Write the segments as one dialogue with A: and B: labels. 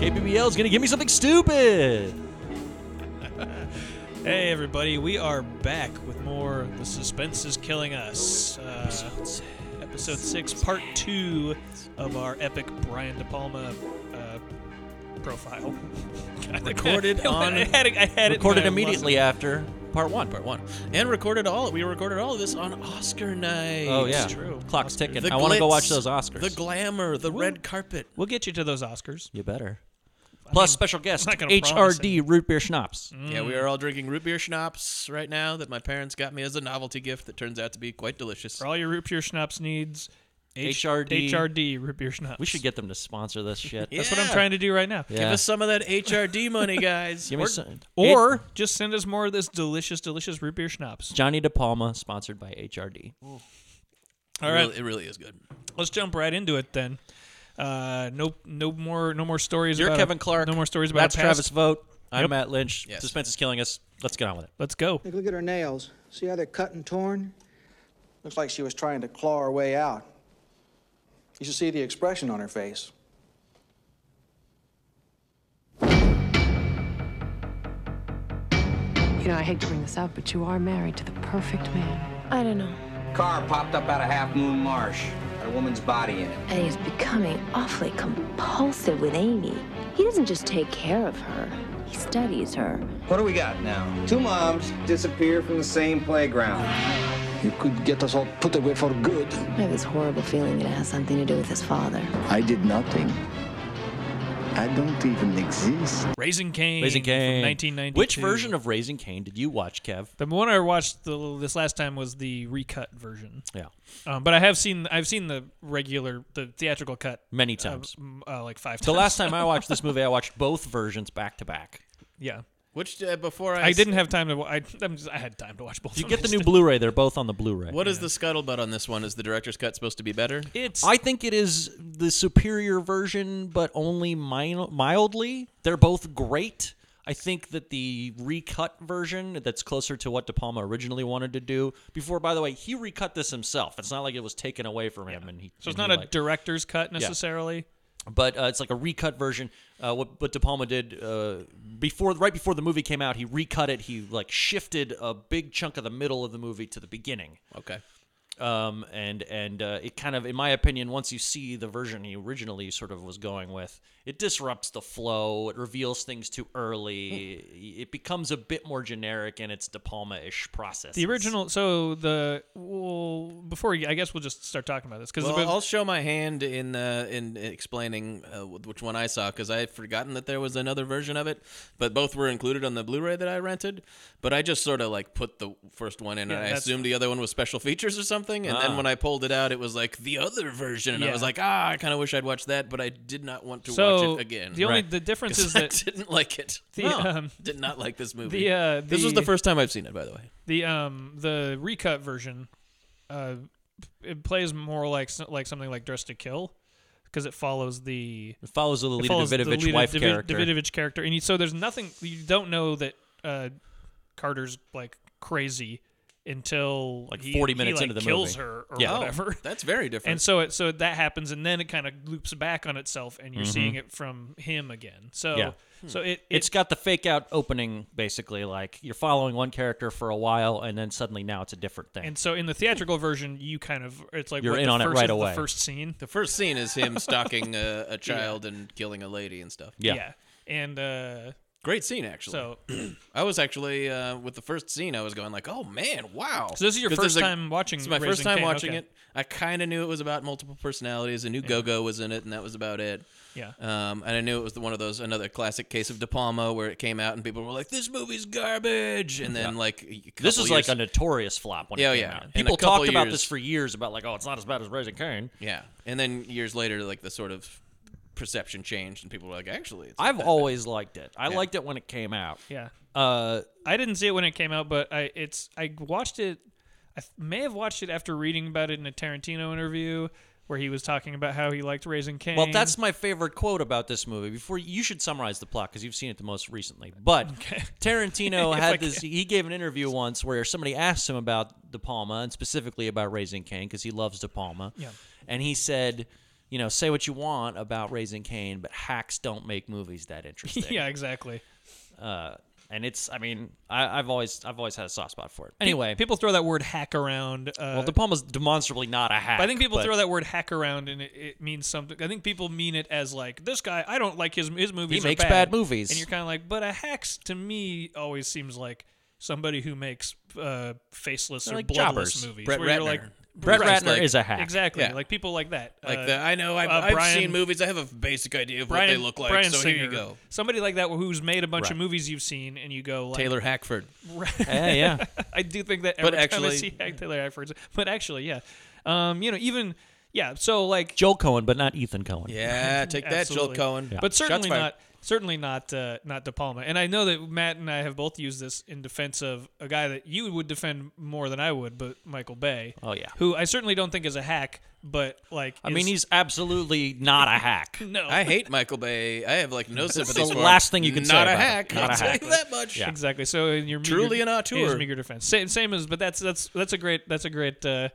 A: KBBL is going to give me something stupid.
B: Hey, everybody, we are back with more The Suspense is Killing Us. Uh, episode 6, part 2 of our epic Brian De Palma uh, profile. God,
C: Recorded
B: I-
C: on-
B: I had it, I had it
C: recorded
B: and I
C: immediately
B: lost
C: after part one, part one, and recorded all. We recorded all of this on Oscar night.
B: it.
C: Oh
B: It's
C: yeah,
B: true.
C: clock's
B: Oscars.
C: ticking. I want to go
A: glitz,
C: watch those Oscars.
A: the
C: glamour, the red carpet.
B: We'll get you to those Oscars.
C: You better. Plus, special guest
B: not gonna promise
C: HRD root beer schnapps.
D: Yeah,
B: Mm.
D: we are all drinking root beer schnapps right now that my parents got me as a novelty gift that turns out to be quite delicious.
B: For all your root beer schnapps needs, H-
C: HRD.
B: HRD root beer schnapps.
C: We should get them to sponsor this shit.
B: That's what I'm trying to do right now.
C: Yeah.
D: Give us some of that HRD money, guys.
C: Give me
D: Or-
C: some.
B: Or just send us more of this delicious, delicious root beer schnapps.
C: Johnny De Palma, sponsored by HRD.
B: All
D: it
B: right.
D: really, it really is good.
B: let's jump right into it then. Uh, no, no more, no more stories.
C: You're
B: about
C: Kevin
B: a,
C: Clark.
B: No more stories about
C: That's
B: a
C: Travis
B: past.
C: Vote. I'm Matt Lynch.
D: Yes.
C: Suspense is killing us. Let's get on with it.
B: Let's go.
E: Like, look at her nails. See how they're cut and torn? Looks like she was trying to claw her way out. You should see the expression on her face.
F: You know, I hate to bring this up, but you are married to the perfect man.
G: I don't know.
H: car popped up out of Half Moon Marsh. Had a woman's body in it.
G: And he's becoming awfully compulsive with Amy. He doesn't just take care of her, he studies her.
H: What do we got now? Two moms disappeared from the same playground.
I: You could get us all put away for good.
G: I have this horrible feeling that it has something to do with his father.
I: I did nothing. I don't even exist.
B: Raising Cain.
C: Raising Cain.
B: From 1992.
C: Which version of Raising Cain did you watch, Kev?
B: the one I watched the, this last time was the recut version.
C: Yeah.
B: Um, but I have seen, I've seen the regular, the theatrical cut
C: Many
B: uh,
C: times.
B: m- uh, like five times.
C: The last time I watched this movie, I watched both versions back to back.
B: yeah.
D: Which uh, before I,
B: I
D: s-
B: didn't have time to. wa- I, I'm just, I had time to watch both.
C: You
B: of
C: get the
B: them.
C: new Blu-ray; they're both on the Blu-ray.
D: What is the scuttlebutt on this one? Is the director's cut supposed to be better?
B: It's
C: I think it is the superior version, but only min- mildly. They're both great. I think that the recut version that's closer to what De Palma originally wanted to do. Before, by the way, he recut this himself. It's not like it was taken away from him, and he.
B: so it's
C: and
B: not
C: he
B: a
C: liked-
B: director's cut necessarily.
C: but uh, it's like a recut version. Uh, what, what De Palma did uh, before, right before the movie came out, he recut it. He like shifted a big chunk of the middle of the movie to the beginning,
D: Okay.
C: um, and and uh, it kind of, in my opinion, once you see the version he originally sort of was going with, it disrupts the flow. It reveals things too early.
B: Hmm.
C: It becomes a bit more generic in its De Palma ish process.
B: The original. So the well, before we, I guess we'll just start talking about this because
D: Well, I'll show my hand in uh, in explaining uh, wh- which one I saw because I had forgotten that there was another version of it, but both were included on the Blu-ray that I rented. But I just sort of like put the first one in,
B: Yeah,
D: and I
B: that's- Ah.
D: assumed the other one was special features or something. And then when I pulled it out, it was like the other version, and I
B: Yeah.
D: was like, ah, I kind of wish I'd watched that, but I did not want to
B: so
D: watch it again.
B: The only
C: Right.
B: the difference
D: 'Cause
B: is that
D: I didn't like it.
B: the,
D: No,
B: um,
D: did not like this movie.
B: the, uh,
D: this was the
B: the-
D: first time I've seen it, by the way.
B: the um the recut version, uh, it plays more like s- like something like Dress to Kill, because it follows the
C: it follows the
B: it
C: Lita
B: follows the
C: Davidovich
B: Lita
C: wife
B: Davi-
C: character.
B: Davidovich character, and you, so there's nothing you don't know that uh, Carter's like crazy until
C: Like
B: he-
C: 40
B: he,
C: minutes
B: like,
C: into the
B: kills
C: movie.
B: her or
C: Yeah. Oh,
B: whatever.
D: That's very different.
B: and so it so that happens and then it kind of loops back on itself and you're seeing it from him again so
C: Mm-hmm. Yeah.
B: so it, it
C: it's got the fake out opening basically like you're following one character for a while and then suddenly now it's a different thing
B: and so in the theatrical version you kind of it's like
C: You're
B: what
C: in
B: the
C: on it
B: first
C: right
B: is
C: away.
B: the first scene
D: The first scene is him stalking a, a child and killing a lady and stuff.
C: yeah.
B: and uh
D: Great scene, actually.
B: so
D: I was actually uh, with the first scene. I was going like, "Oh man, wow!"
B: So this is your
D: 'Cause there's
B: first time watching
D: It's my first
B: Raising
D: time
B: Cain,
D: watching
B: okay.
D: it. I kind of knew it was about multiple personalities. A new Go-Go was in it, and that was about it.
B: yeah
D: Um, and I knew it was the, one of those another classic case of De Palma where it came out and people were like, "This movie's garbage," and then like a
C: this
D: couple
C: is like
D: years-
C: a notorious flop when
D: Yeah,
C: it came
D: yeah.
C: out.
D: In a
C: people
D: couple
C: talked about
D: years-
C: this for years about like oh it's not as bad as raising Cain.
D: yeah, and then years later, like the sort of perception changed, and people were like, "Actually, it's not
C: i've
D: that bad."
C: always liked it i liked it when it came out
B: yeah
C: uh
B: i didn't see it when it came out but i it's i watched it i th- may have watched it after reading about it in a tarantino interview where he was talking about how he liked Raising Cain.
C: Well, that's my favorite quote about this movie. Before you should summarize the plot because you've seen it the most recently. But Tarantino
B: If I
C: had this. He gave an interview once where somebody asked him about De Palma and specifically about Raising Cain because he loves De Palma.
B: Yeah.
C: And he said, you know, say what you want about Raising Cain, but hacks don't make movies that interesting.
B: yeah, exactly.
C: Uh, and it's. I mean, I, I've always I've always had a soft spot for it. Anyway,
B: people throw that word hack around. Uh,
C: well, De Palma's demonstrably not a hack.
B: I think people
C: but-
B: throw that word hack around and it, it means something. I think people mean it as like this guy. I don't like his his movies. are
C: makes
B: bad
C: bad movies.
B: and you're kind of like, but a hacks to me always seems like somebody who makes uh, faceless
C: They're
B: or
C: like
B: bloodless
C: jobbers.
B: movies.
D: Brett
B: where you're
D: Ratner.
B: like,
C: Brett
B: Right,
C: Ratner
D: like-
C: is a hack.
B: exactly,
D: Yeah.
B: like people like that.
D: Like
B: uh,
D: the I know I've,
B: uh,
D: I've
B: Brian-
D: seen movies. I have a basic idea of
B: Brian,
D: what they look like.
B: Brian
D: so
B: Singer,
D: here you go.
B: Somebody like that who's made a bunch of
C: Right.
B: movies you've seen, and you go like,
D: Taylor Hackford.
C: Yeah, yeah.
B: I do think that every
D: But
B: time I
D: actually-
B: see Hack Taylor Hackford's, but actually, yeah, um, you know, even yeah, so like
C: Joel Cohen, but not Ethan Cohen.
D: Yeah, take that, Joel
B: Absolutely.
D: Cohen.
B: but
D: Shots
B: certainly
D: fired.
B: not certainly not uh, not De Palma. And I know that Matt and I have both used this in defense of a guy that you would defend more than I would, but Michael Bay.
C: Oh, yeah.
B: who I certainly don't think is a hack, but like
C: I
B: is-
C: mean, he's absolutely not a hack.
B: no.
D: I hate Michael Bay. I have like no sympathy.
C: the
D: for him.
C: last thing you can
D: not
C: say
D: a
C: about it.
D: hack.
C: Not a
D: I'll tell
C: hack.
D: you that much.
C: Yeah.
B: Exactly. So in your meager,
D: Truly an
B: in his
D: auteur.
B: meager defense. Same, same as, but that's that's that's a great that's a great uh,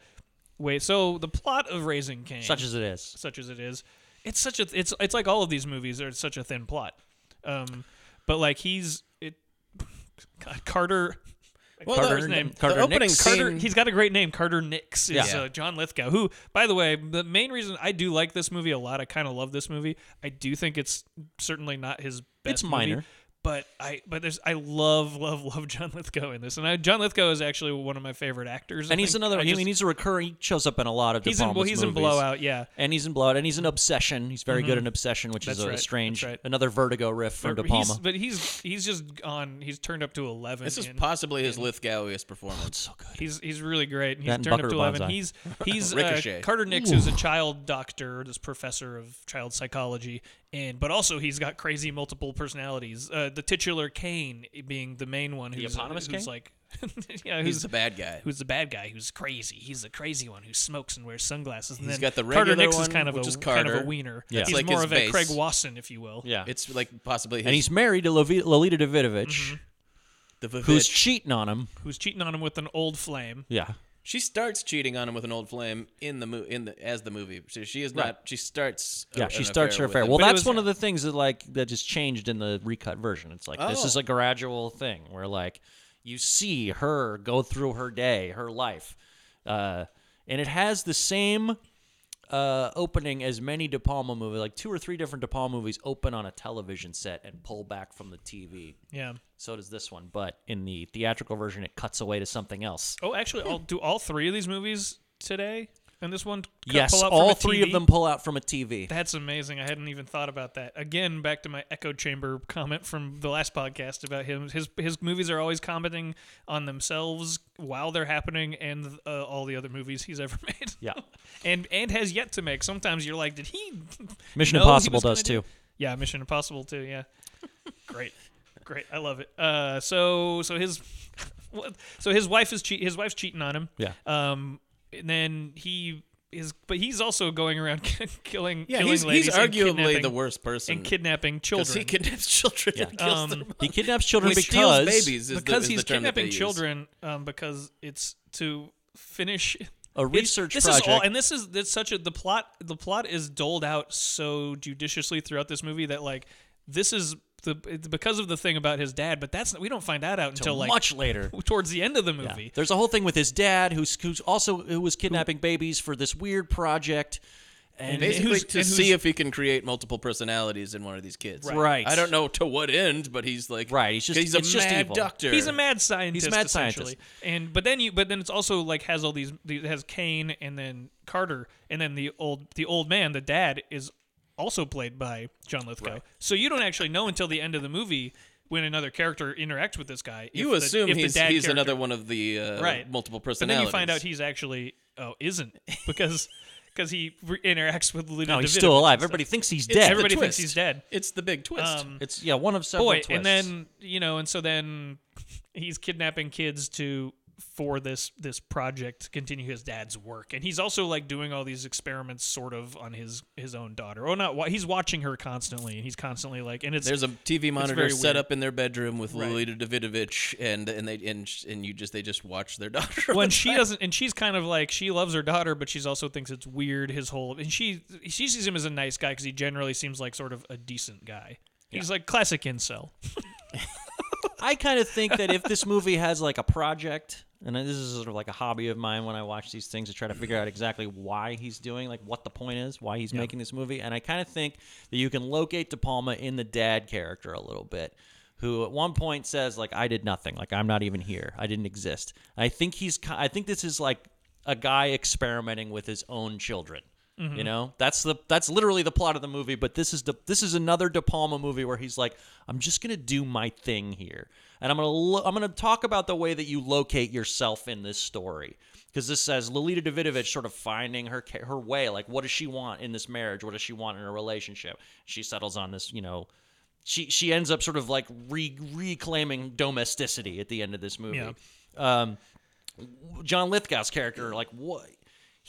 B: way. So the plot of Raising Cain,
C: Such as it is.
B: such as it is, it's such a it's it's like all of these movies are such a thin plot. Um, but like he's it, God Carter.
D: Well,
B: Carter's
D: the,
B: name.
D: The
C: Carter
D: opening
C: Nix.
D: scene.
B: Carter, he's got a great name. Carter Nix is
D: Yeah.
B: uh, John Lithgow, who, by the way, the main reason I do like this movie a lot, I kind of love this movie. I do think it's certainly not his best.
C: It's
B: movie,
C: minor.
B: but I but there's I love love love John Lithgow in this, and I, John Lithgow is actually one of my favorite actors. I
C: And he's
B: think.
C: another.
B: I
C: I
B: just-
C: mean, he's a recurring. He shows up in a lot of. De
B: he's in well,
C: Palma's
B: he's in
C: movies.
B: Blowout, yeah.
C: And he's in Blowout, and he's in Obsession. He's very good in Obsession, which is
B: That's
C: a
B: right.
C: strange,
B: That's right.
C: another Vertigo riff from De
B: But he's-
C: Palma.
B: but he's he's just on. He's turned up to eleven.
D: This is
B: in-
D: possibly his Lithgowiest performance.
C: so good.
B: He's he's really great. and He's
C: That and
B: turned up
C: Buckaroo
B: to eleven.
C: Banzai.
B: He's he's uh,
D: Ricochet.
B: Carter Nix, who's a child doctor, this professor of child psychology, and but also he's got crazy multiple personalities. Uh, the titular Kane being the main one, who's
C: eponymous Kane?
B: who's like, yeah, who's
D: He's the bad guy.
B: who's the bad guy who's crazy. He's the crazy one who smokes and wears sunglasses. And
D: He's
B: then
D: got the
B: Carter
D: regular
B: Nix is
D: one,
B: kind of
D: which
B: a
D: is
B: kind of a
D: Carter.
B: wiener.
C: Yeah.
B: He's
D: It's like
B: more
D: his
B: of a
D: base.
B: Craig Wasson, if you will.
C: Yeah.
D: It's like possibly his,
C: and he's married to Lovi- Lolita Davidovich,
B: Mm-hmm.
D: the
C: who's
D: bitch.
C: cheating on him.
B: Who's cheating on him with an old flame.
C: Yeah.
D: she starts cheating on him with an old flame in the mo- in the as the movie. So she is not. She starts. a-
C: Yeah, she
D: an
C: starts her
D: with
C: affair.
D: him.
C: Well,
B: But it
C: that's
B: was-
C: one of the things that like that just changed in the recut version. It's like this
D: Oh.
C: is a gradual thing where like you see her go through her day, her life, uh, and it has the same uh, opening as many De Palma movies. Like two or three different De Palma movies open on a television set and pull back from the TV.
B: Yeah.
C: So does this one, but in the theatrical version, it cuts away to something else.
B: Oh, actually, I'll do all three of these movies today, and this one. c-
C: yes,
B: pull out from
C: all
B: a
C: three
B: TV?
C: of them pull out from a TV.
B: That's amazing. I hadn't even thought about that. Again, back to my echo chamber comment from the last podcast about him. His his movies are always commenting on themselves while they're happening, and uh, all the other movies he's ever made.
C: Yeah.
B: and and has yet to make. Sometimes you're like, did he?
C: Mission
B: know he
C: Impossible
B: was gonna
C: does
B: do-
C: too.
B: Yeah, Mission Impossible too. Yeah, great, great. I love it. Uh, so so his, what? So his wife is cheat. His wife's cheating on him.
C: Yeah.
B: Um, and then he is, but he's also going around killing.
D: yeah,
B: killing
D: he's,
B: ladies
D: he's
B: and
D: arguably
B: kidnapping-
D: the worst person
B: and kidnapping children.
D: because he kidnaps children. and kills
B: Um,
D: them.
C: He kidnaps children
D: He
C: because
D: steals babies is
B: because
D: the, is
B: he's
D: the term that they
B: kidnapping
D: use.
B: children um, because it's to finish
C: A
B: it's-
C: research
B: this is all
C: project.
B: and this is that's such a the plot the plot is doled out so judiciously throughout this movie that like this is the it's because of the thing about his dad but that's we don't find that out until like
C: much later.
B: towards the end of the
C: Yeah.
B: movie
C: There's a whole thing with his dad, who's who's also who was kidnapping babies for this weird project, and
D: Basically,
B: who's-
D: to
B: and who's-
D: see if he can create multiple personalities in one of these kids.
C: Right.
D: I don't know to what end, but he's like.
C: Right, he's just-
D: he's a
C: it's just
D: mad
C: evil.
D: doctor.
B: He's a mad scientist.
C: He's a mad
B: essentially.
C: scientist.
B: And but then you but then it's also like has all these these- it has Kane and then Carter and then the old the old man the dad is also played by John Lithgow. So you don't actually know until the end of the movie when another character interacts with this guy.
D: You
B: if the-
D: assume
B: if the
D: he's,
B: dad
D: he's
B: character-
D: another one of the uh,
B: right
D: multiple
B: But then
D: personalities.
B: you find out he's actually oh isn't because because he re- interacts with Luna.
C: no, he's
B: Davidovich
C: still alive.
B: and stuff.
C: Everybody thinks he's
D: It's
C: dead.
D: the
B: Everybody thinks
D: twist.
B: he's dead.
D: It's the big twist.
B: Um,
C: it's yeah, one of several
B: boy,
C: twists.
B: and then you know, and so then he's kidnapping kids to for this this project to continue his dad's work and he's also like doing all these experiments sort of on his his own daughter oh not wa- he's watching her constantly and he's constantly like and it's
D: There's a TV monitor
B: very
D: set
B: weird.
D: up in their bedroom with Lolita Davidovich, and and they and sh- and you just they just watch their daughter.
B: when she doesn't and she's kind of like she loves her daughter but she's also thinks it's weird his whole and she she sees him as a nice guy because he generally seems like sort of a decent guy he's like classic incel
C: I kind of think that if this movie has like a project, and this is sort of like a hobby of mine when I watch these things to try to figure out exactly why he's doing, like what the point is, why he's making this movie. And I kind of think that you can locate De Palma in the dad character a little bit, who at one point says, like, I did nothing. Like, I'm not even here. I didn't exist. I think he's, ki- I think this is like a guy experimenting with his own children. You know, that's the that's literally the plot of the movie. But this is the this is another De Palma movie where he's like, I'm just gonna do my thing here, and I'm gonna lo- I'm gonna talk about the way that you locate yourself in this story because this says Lolita Davidovich sort of finding her ca- her way. Like, what does she want in this marriage? What does she want in a relationship? She settles on this, you know. She, she ends up sort of like re- reclaiming domesticity at the end of this movie.
B: Yeah.
C: Um, John Lithgow's character, like what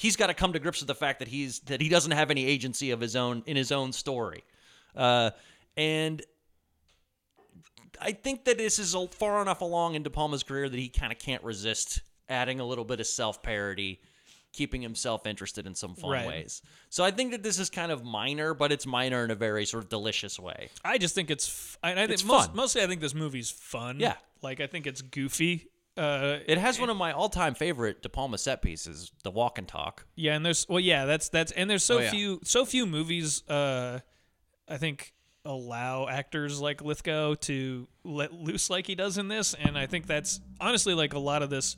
C: he's got to come to grips with the fact that he's that he doesn't have any agency of his own in his own story, uh, and I think that this is a- far enough along in De Palma's career that he kind of can't resist adding a little bit of self parody, keeping himself interested in some fun
B: Right.
C: ways. So I think that this is kind of minor, but it's minor in a very sort of delicious way.
B: I just think it's f- I, I think
C: It's
B: most,
C: fun.
B: mostly I think this movie's fun.
C: Yeah.
B: like I think it's goofy. Uh,
C: It has one of my all time favorite De Palma set pieces, the walk and talk.
B: yeah, and there's well, yeah, that's that's and there's so
C: Oh,
D: yeah.
B: few so few movies. Uh, I think allow actors like Lithgow to let loose like he does in this, and I think that's honestly like a lot of this.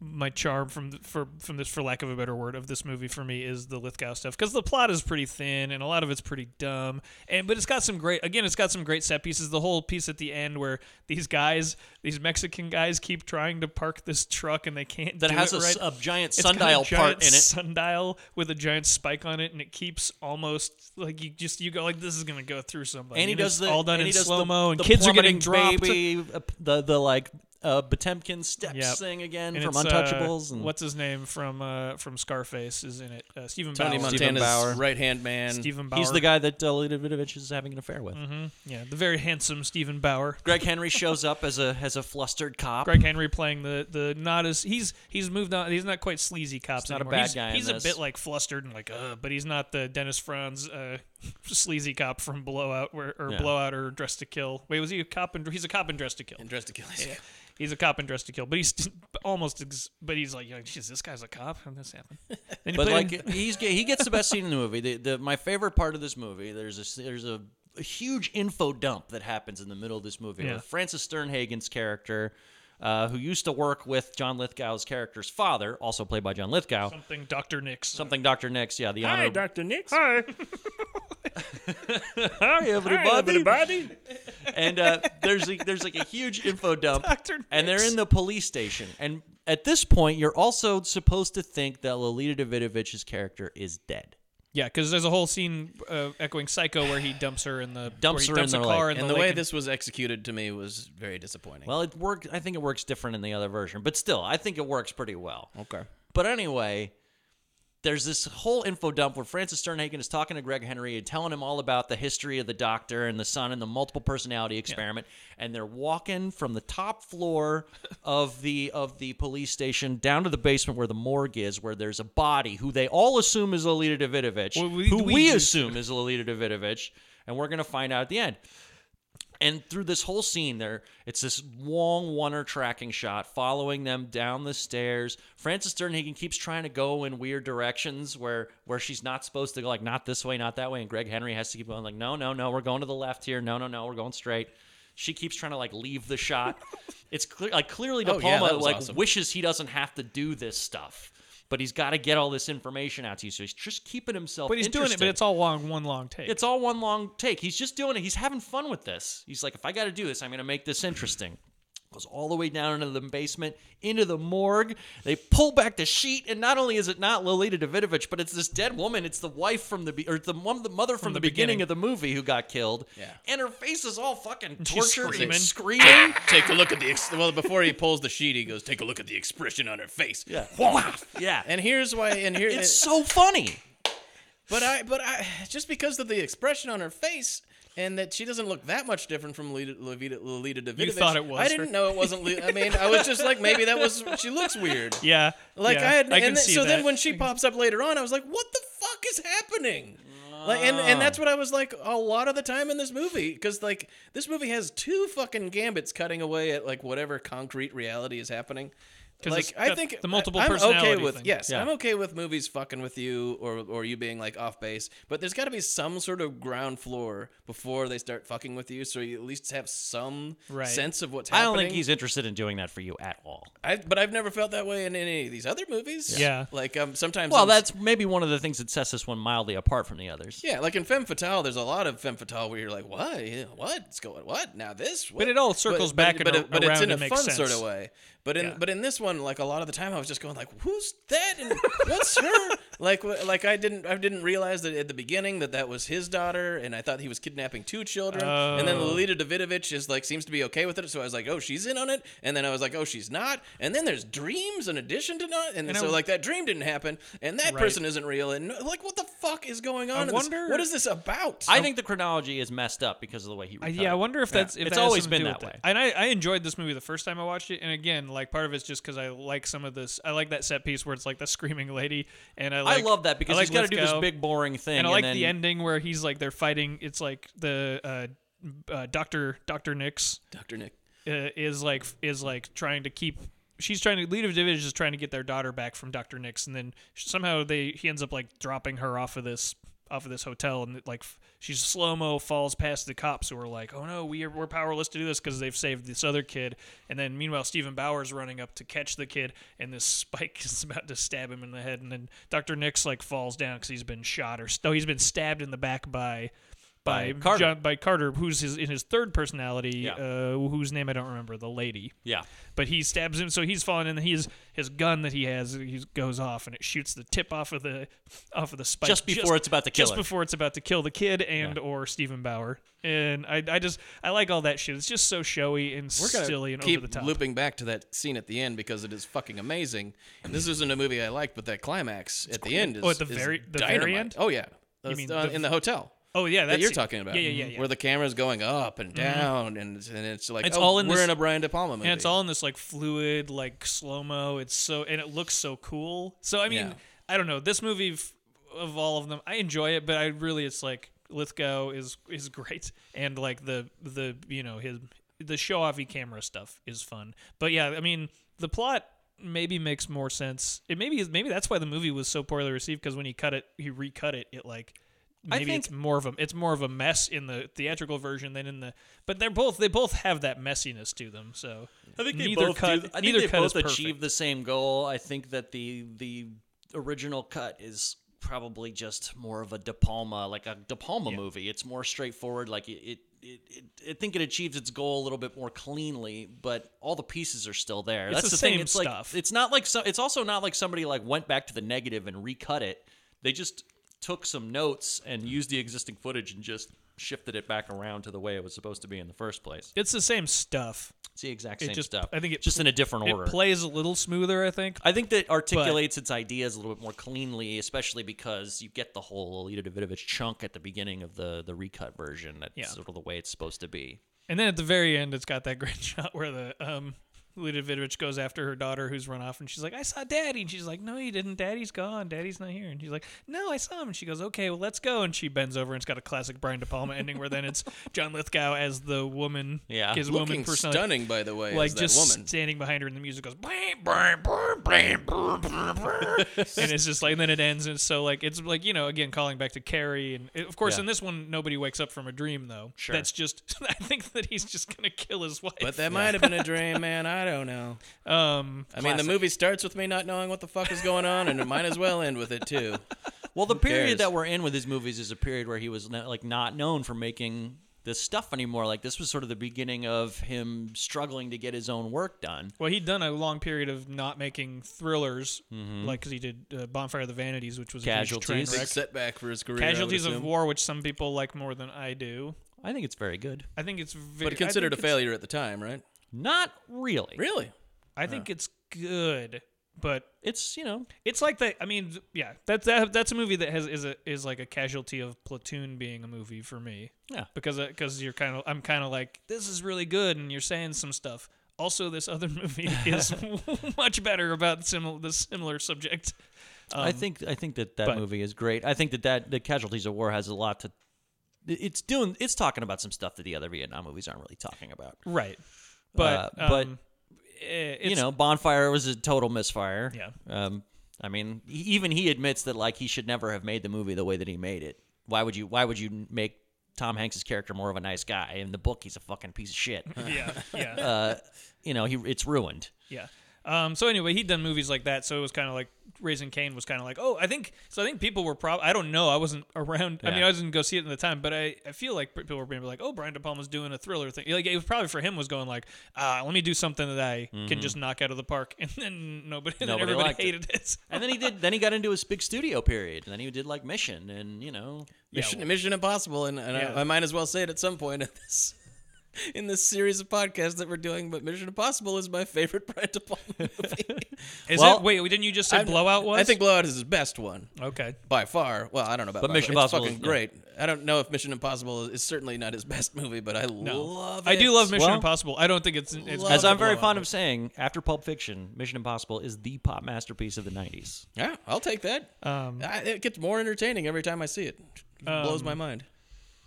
B: My charm from th- for from this, for lack of a better word, of this movie for me is the Lithgow stuff because the plot is pretty thin and a lot of it's pretty dumb. And but it's got some great again, it's got some great set pieces. The whole piece at the end where these guys, these Mexican guys, keep trying to park this truck and they can't.
C: That
B: do
C: has
B: it
C: a
B: right.
C: s- a giant
B: It's got a
C: sundial part
B: giant
C: in it.
B: Sundial with a giant spike on it, and it keeps almost like you just you go like this is gonna go through somebody.
C: and he does
B: it's
C: the
B: all done
C: and he
B: in
C: does the-
B: slow mo, and
C: the
B: kids are getting
C: plummeting
B: dropped.
C: Baby, uh, p- the the like uh, Potemkin steps
B: Yep.
C: thing again
B: And
C: from
B: it's, uh,
C: Untouchables. and
B: what's his name from uh, from Scarface is in it. Uh, Stephen
D: Tony
B: Bauer.
C: Stephen Bauer.
D: Montana's right hand man.
B: Stephen Bauer.
C: he's the guy that uh, Lita Vidovich is having an affair with.
B: Mm-hmm. Yeah, the very handsome Stephen Bauer.
C: Greg Henry shows up as a as a flustered cop.
B: Greg Henry playing the the not as he's he's moved on. He's not quite sleazy cops
C: He's not a
B: anymore.
C: bad
B: he's
C: guy in
B: he's a
C: this.
B: bit like flustered and like uh, but he's not the Dennis Franz uh, sleazy cop from Blowout where, or
C: Yeah.
B: Blowout or Dress to Kill. Wait, was he a cop and he's a cop in Dress to Kill?
D: and dressed to kill. Yeah.
B: He's a cop in Dress to Kill, but he's almost ex- but he's like, like, jeez, this guy's a cop. How did this happen? And he
C: But
B: played-
C: like he's ge- he gets the best scene in the movie. The, the my favorite part of this movie. There's a s- there's a, a huge info dump that happens in the middle of this movie
B: Yeah.
C: with Francis Sternhagen's character. Uh, who used to work with John Lithgow's character's father, also played by John Lithgow?
B: something Doctor Nix.
C: Something Dr. Nix, yeah, the honor,
B: Doctor Nix. Hi. Hi
C: and uh, there's a, there's like a huge info dump,
B: Dr.
C: and they're
B: Nix.
C: in the police station. And at this point, you're also supposed to think that Lolita Davidovich's character is dead.
B: Yeah, because there's a whole scene uh, echoing Psycho where he dumps her in the
C: Dumps
B: where he
C: her
B: dumps
C: in
B: a
C: the
B: car
C: lake.
B: in
D: And
B: the,
D: the way
B: lake
D: this was executed to me was very disappointing.
C: Well, it worked. I think it works different in the other version, but still, I think it works pretty well.
D: okay.
C: But anyway, there's this whole info dump where Francis Sternhagen is talking to Greg Henry and telling him all about the history of the doctor and the son and the multiple personality experiment. And they're walking from the top floor of the of the police station down to the basement where the morgue is, where there's a body who they all assume is Lolita Davidovich,
B: Well, we-
C: who
B: we
C: we,
B: do-
C: assume is Lolita Davidovich, and we're gonna find out at the end and through this whole scene there it's this long one-er tracking shot following them down the stairs frances sternhagen keeps trying to go in weird directions where where she's not supposed to go like not this way not that way and greg henry has to keep going like no no no we're going to the left here no no no we're going straight she keeps trying to like leave the shot it's clear like clearly de
D: Oh,
C: palma
D: yeah, that was
C: like
D: awesome.
C: wishes he doesn't have to do this stuff but he's got to get all this information out to you so he's just keeping himself
B: but he's doing it, but
C: interested.
B: it's all long, one long take.
C: It's all one long take. He's just doing it. He's having fun with this. He's like, if I got to do this, I'm going to make this interesting. goes all the way down into the basement, into the morgue. They pull back the sheet, and not only is it not Lolita Davidovich, but it's this dead woman. It's the wife from the be- or the mom, the mother from, the, beginning. of the movie who got killed.
D: Yeah.
C: and her face is all fucking
B: She's
C: tortured and
B: screaming.
C: screaming.
D: Take a look at the ex- well. Before he pulls the sheet, he goes, "Take a look at the expression on her face."
C: Yeah. yeah,
D: And here's why. And here,
C: it's so funny.
D: but I, but I, just because of the expression on her face. And that she doesn't look that much different from Lolita, Lolita, Lolita Davidovich.
B: thought it was
D: I
B: her.
D: didn't know it wasn't. Lo- I mean, I was just like, maybe that was. She looks weird.
B: Yeah.
D: Like
B: yeah,
D: I had,
B: I
D: and
B: can
D: then,
B: see
D: so
B: that.
D: then when she pops up later on, I was like, "What the fuck is happening?" Like, and and that's
B: Ah.
D: what I was like a lot of the time in this movie, because like this movie has two fucking gambits cutting away at like whatever concrete reality is happening.
B: 'Cause
D: Like
B: it's
D: I
B: got
D: think
B: the multiple
D: I, am okay
B: personality
D: with
B: thing.
D: yes,
C: Yeah.
D: I'm okay with movies fucking with you or or you being like off base, but there's got to be some sort of ground floor before they start fucking with you, so you at least have some
B: Right.
D: sense of what's
C: I
D: happening.
C: don't think he's interested in doing that for you at all.
D: I, but I've never felt that way in any of these other movies.
B: Yeah.
D: like um, sometimes
C: Well,
D: I'm-
C: that's maybe one of the things that sets this one mildly apart from the others.
D: Yeah, like in Femme Fatale, there's a lot of Femme Fatale where you're like, what? Yeah, What's going? What now? This? What?
B: it all circles
D: but,
B: back and
D: but, but,
B: ar-
D: it- but it's
B: around
D: in a
B: and makes
D: fun sort of
B: sense.
D: way. But in
B: Yeah.
D: but in this one, like a lot of the time, I was just going like, who's that? And what's her? like wh- like I didn't I didn't realize that at the beginning that that was his daughter, and I thought he was kidnapping two children. And
B: Oh.
D: then Lolita Davidovich is like seems to be okay with it, so I was like, oh, she's in on it. And then I was like, oh, she's not. And then there's dreams in addition to not. And,
B: And I
D: so
B: w-
D: like that dream didn't happen, and that
B: Right.
D: person isn't real. And like, what the fuck is going on?
B: I
D: in this?
B: wonder-
D: what is this about?
C: I think the chronology is messed up because of the way he.
B: I,
C: recut
B: yeah, I
C: it.
B: wonder if that's if
C: It's
B: that has
C: always
B: something to
C: been
B: do
C: that
B: with it.
C: way.
B: And I, I enjoyed this movie the first time I watched it, and again, like part of it's just because I like some of this. I like that set piece where it's like the screaming lady, and I like,
C: I love that because
B: I like
C: he's got to do this
B: Lithgow.
C: big boring thing.
B: and I like
C: then,
B: the ending where he's like they're fighting. It's like the uh, uh, Doctor Doctor Nix
D: Doctor Nick.
B: uh, is like is like trying to keep. She's trying to lead of division is trying to get their daughter back from Doctor Nix, and then somehow they he ends up like dropping her off of this off of this hotel, and like f- she's slow mo falls past the cops who are like, oh no, we are, we're powerless to do this because they've saved this other kid, and then meanwhile Stephen Bauer's running up to catch the kid, and this spike is about to stab him in the head, and then Doctor Nix like falls down because he's been shot or no, he's been stabbed in the back by by,
C: By Carter.
B: John, uh, by Carter, who's his, in his third personality,
C: Yeah.
B: uh, whose name I don't remember, the lady.
C: Yeah.
B: But he stabs him, so he's falling, and his his gun that he has he goes off, and it shoots the tip off of the off of the spike
C: Just before it's about to kill
B: just
C: him.
B: before it's about to kill the kid and or Stephen Bauer. And I, I just I like all that shit. It's just so showy and silly and
D: keep
B: over the top.
D: looping back to that scene at the end because it is fucking amazing. This isn't a movie I liked, but that climax at the end is
B: Oh, at the
D: is
B: very- the very
D: dynamite.
B: end?
D: Oh yeah, That's,
B: mean
D: uh,
B: the-
D: in the hotel.
B: Oh yeah, that's
D: that you're
B: it.
D: talking about.
B: Yeah, yeah, yeah, yeah. Mm-hmm.
D: Where the camera's going up and down, and, it's- and it's like
B: It's
D: oh,
B: all in
D: we're
B: this-
D: in a Brian De Palma movie.
B: And it's all in this like fluid, like slow mo. It's so and it looks so cool. So I mean,
D: Yeah.
B: I don't know. This movie f- of all of them, I enjoy it, but I really it's like Lithgow is is great, and like the the you know his the show offy camera stuff is fun. But yeah, I mean the plot maybe makes more sense. It maybe is maybe that's why the movie was so poorly received because when he cut it, he recut it. It like.
C: I
B: Maybe
C: think-
B: it's more of a it's more of a mess in the theatrical version than in the but they're both they both have that messiness to them so
C: I think they
B: neither
C: both
B: cut.
C: do- I think
B: neither
C: they
B: cut
C: both
B: is perfect.
C: achieve the same goal. I think that the the original cut is probably just more of a De Palma, like a De Palma movie. It's more straightforward. Like it, it, it, it, I think it achieves its goal a little bit more cleanly, but all the pieces are still there.
B: It's
C: That's
B: the
C: the, thing.
B: same
C: It's
B: stuff.
C: like it's not like so, it's also not like somebody like went back to the negative and recut it. They just took some notes and used the existing footage and just shifted it back around to the way it was supposed to be in the first place.
B: It's the same stuff.
C: It's the exact
B: It
C: same
B: just-
C: stuff.
B: I think it
C: just
B: pl-
C: in a different order.
B: It plays a little smoother, I think.
C: I think that articulates its ideas a little bit more cleanly, especially because you get the whole Lolita Davidovich chunk at the beginning of the the recut version. That's
B: Yeah.
C: sort of the way it's supposed to be.
B: And then at the very end, it's got that great shot where the um, Lita Vidovich goes after her daughter who's run off, and she's like, "I saw Daddy," and she's like, "No, you didn't. Daddy's gone. Daddy's not here." And she's like, "No, I saw him." And she goes, "Okay, well, let's go." And she bends over, and it's got a classic Brian De Palma ending where then it's John Lithgow as the woman,
C: Yeah.
B: his woman
D: looking
B: personality.
D: stunning, by the way,
B: Like
D: as
B: just
D: that woman.
B: standing behind her, and the music goes, blam, blam, blam, blam, blam, blam, blam." and it's just like, and then it ends, and so like it's like you know, again, calling back to Carrie, and of course,
C: Yeah.
B: in this one, nobody wakes up from a dream though.
C: Sure.
B: that's just I think that he's just gonna kill his wife.
D: but that might have been a dream, man. I don't know.
B: um,
D: I mean, the movie starts with me not knowing what the fuck is going on, and it might as well end with it too.
C: Well, the
D: cares?
C: period that we're in with his movies is a period where he was not, like not known for making this stuff anymore. Like this was sort of the beginning of him struggling to get his own work done.
B: Well, he'd done a long period of not making thrillers,
D: Mm-hmm.
B: like because he did uh, Bonfire of the Vanities, which was a huge
C: Casualties.
B: train
D: Big
B: wreck.
D: setback for his career. I would
B: Casualties of
D: assume.
B: War, which some people like more than I do.
C: I think it's very good.
B: I think it's very,
D: But considered
B: I
D: a
B: think it's-
D: failure at the time, right?
C: Not really.
D: Really?
B: I think it's good, but
C: It's you know
B: it's like the. I mean, th- yeah, that's that, that's a movie that has is a is like a casualty of Platoon being a movie for me.
C: Yeah.
B: because because you're kind of I'm kind of like this is really good, and you're saying some stuff. Also, this other movie is much better about similar the similar subject.
C: I think I think that that
B: Um, but-
C: movie is great. I think that that the casualties of war has a lot to. It's doing. It's talking about some stuff that the other Vietnam movies aren't really talking about.
B: Right, but
C: Uh, but,
B: um, eh, it's,
C: you know, Bonfire was a total misfire.
B: Yeah.
C: Um, I mean, e- even he admits that like he should never have made the movie the way that he made it. Why would you? Why would you make Tom Hanks's character more of a nice guy? In the book, he's a fucking piece of shit. Uh,
B: yeah, yeah.
C: you know, he it's ruined.
B: Yeah. Um, so anyway, he'd done movies like that, so it was kind of like Raising Cain was kind of like, oh, I think so. I think people were probably I don't know, I wasn't around. I mean,
C: Yeah.
B: I didn't go see it at the time, but I, I feel like people were maybe like, oh, Brian De Palma's doing a thriller thing. Like it was probably for him was going like, ah, let me do something that I can just knock out of the park, and then nobody,
C: Mm-hmm.
B: and then
C: Nobody
B: everybody
C: liked it.
B: hated it.
C: And then he did. then he got into his big studio period, and then he did like Mission, and you know,
D: Mission, Mission Impossible, and, and I, I might as well say it at some point in this in this series of podcasts that we're doing. But Mission Impossible is my favorite Brian De Palma movie.
B: Is
C: Well,
B: it? Wait, didn't you just say
D: I'm-
B: Blowout was?
D: I think Blowout is his best one
B: Okay.
D: by far. Well, I don't know about,
C: But
D: by
C: Mission
D: far. It's
C: Impossible
D: fucking
C: is-
D: great. I don't know if Mission Impossible is certainly not his best movie, but I love. it.
B: I do love Mission
C: Well-
B: Impossible. I don't think it's, it's
D: Love
B: not
C: as
B: a
C: I'm very
B: blowout,
C: fond
B: but-
C: of saying, after Pulp Fiction, Mission Impossible is the pop masterpiece of the '90s.
D: Yeah, I'll take that.
B: Um,
D: I, it gets more entertaining every time I see it. It blows my mind.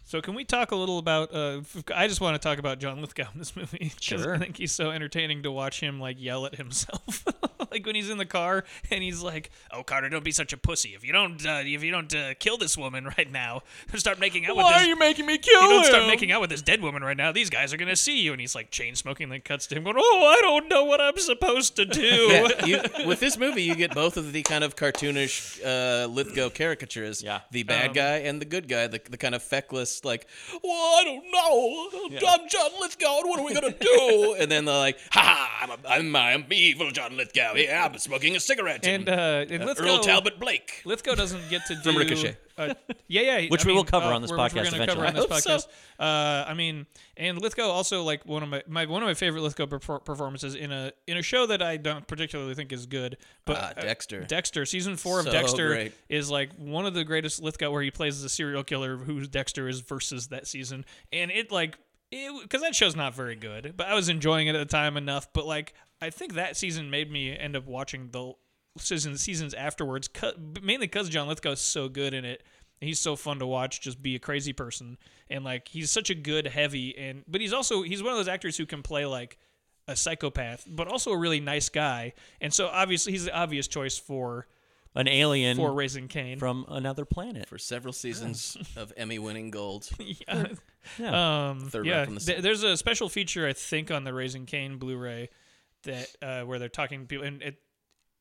B: So can we talk a little about? Uh, f- I just want to talk about John Lithgow in this movie. 'cause I
C: Sure.
B: think he's so entertaining to watch him like yell at himself, like when he's in the car and he's like, "Oh, Carter, don't be such a pussy. If you don't, uh, if you don't uh, kill this woman right now, start making out with this,
C: making me
B: if
C: kill
B: you don't start making out with this dead woman right now. These guys are gonna see you." And he's like chain smoking. Then cuts to him going, "Oh, I don't know what I'm supposed to do."
D: Yeah, you, with this movie, you get both of the kind of cartoonish uh, Lithgow caricatures.
C: Yeah.
D: The
B: Um,
D: bad guy and the good guy, the, the kind of feckless, like, well, I don't know. I'm John Lithgow, and what are we going to do? and then they're like, ha ha, I'm, a, I'm, I'm evil John Lithgow. Yeah, I'm smoking a cigarette.
B: And uh, and Lithgow,
D: Earl Talbot Blake.
B: Lithgow doesn't get to do
D: From Ricochet.
B: Uh, yeah, yeah, uh,
C: Which we will cover on this
B: we're- which
C: podcast
B: We're going to cover
C: eventually.
B: on this
D: I hope so.
B: podcast. Uh, I mean, and Lithgow also like one of my, my one of my favorite Lithgow perfor- performances in a in a show that I don't particularly think is good, but
D: Ah,
B: uh,
D: Dexter.
B: Dexter season four of
D: So
B: Dexter
D: great.
B: is like one of the greatest Lithgow where he plays the serial killer who Dexter is versus that season, and it like because that show's not very good, but I was enjoying it at the time enough. But like I think that season made me end up watching the season seasons afterwards, 'cause- mainly because John Lithgow is so good in it. And He's so fun to watch just be a crazy person and like he's such a good heavy and but he's also he's one of those actors who can play like a psychopath but also a really nice guy and so obviously he's the obvious choice for
C: an alien
B: for raising Kane.
C: from another planet.
D: For several seasons of Emmy winning gold.
B: yeah.
C: Yeah.
B: Um,
D: Third
B: yeah.
D: round from the
B: th- there's a special feature I think on the Raising Kane Blu-ray that uh, where they're talking to people and it,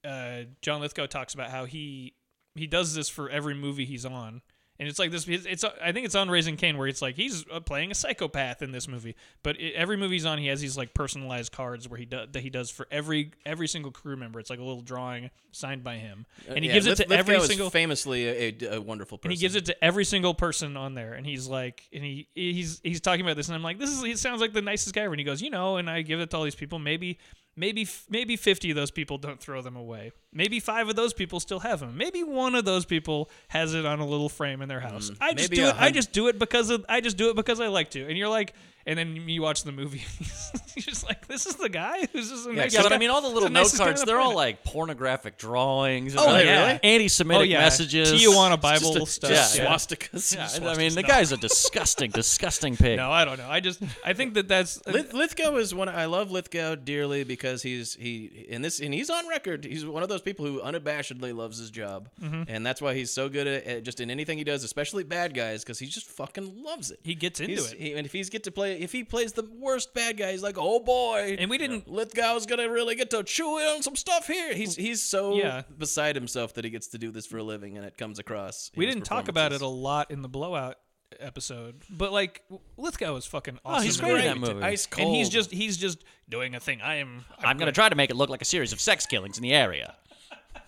B: uh, John Lithgow talks about how he he does this for every movie he's on. And it's like this. It's, it's. I think it's on Raising Kane where it's like he's uh, playing a psychopath in this movie. But it, every movie he's on, he has these like personalized cards where he does that he does for every every single crew member. It's like a little drawing signed by him, and he
D: Uh, Yeah,
B: gives
D: Lith-
B: it to every
D: Lithgow is
B: single
D: famously a, a, a wonderful person.
B: and he gives it to every single person on there, and he's like, and he he's he's talking about this, and I'm like, this is he sounds like the nicest guy. ever. And he goes, you know, and I give it to all these people. Maybe, maybe, f- maybe 50 of those people don't throw them away. Maybe five of those people still have them. Maybe one of those people has it on a little frame in their house.
C: Mm,
B: I just
D: Maybe
B: do
D: a
B: it. I
D: hun-
B: just do it because of I just do it because I like to. And you're like, and then you watch the movie, and you're just like, this is the guy who's just a nice
C: Yeah,
B: guy.
C: but I mean, all the little
B: the
C: note
B: nicest guy on
C: cards,
B: the
C: they're all
B: planet.
C: like pornographic drawings. And
B: Oh,
C: like
B: yeah. Really?
C: Anti-Semitic
B: Oh, yeah.
C: messages.
B: Tijuana Bible stuff.
C: just a
B: yeah.
D: swastikas.
C: Yeah,
D: Just
C: I mean, the
D: swastikas.
C: guy's a disgusting, disgusting pig.
B: No, I don't know. I just I think that that's
D: Lith- Lithgow is one. I love Lithgow dearly because he's he and this and he's on record. He's one of those people who unabashedly loves his job,
B: Mm-hmm.
D: and that's why he's so good at, at just in anything he does, especially bad guys, because he just fucking loves it.
B: he gets into
D: He's-
B: it.
D: he- and if he's get to play, if he plays the worst bad guy, he's like, oh boy.
B: And we didn't-
D: Lithgow's gonna really get to chew on some stuff here. He's he's so
B: Yeah.
D: beside himself that he gets to do this for a living, and it comes across. in
B: we
D: his
B: didn't talk about it
D: performances.
B: a lot in the blowout episode, but like w- Lithgow is fucking awesome.
C: Oh, he's
B: and
C: great in
B: great.
C: that movie.
J: Ice cold.
B: And he's just he's just doing a thing. I am.
C: I'm going to try to make it look like a series of sex killings in the area.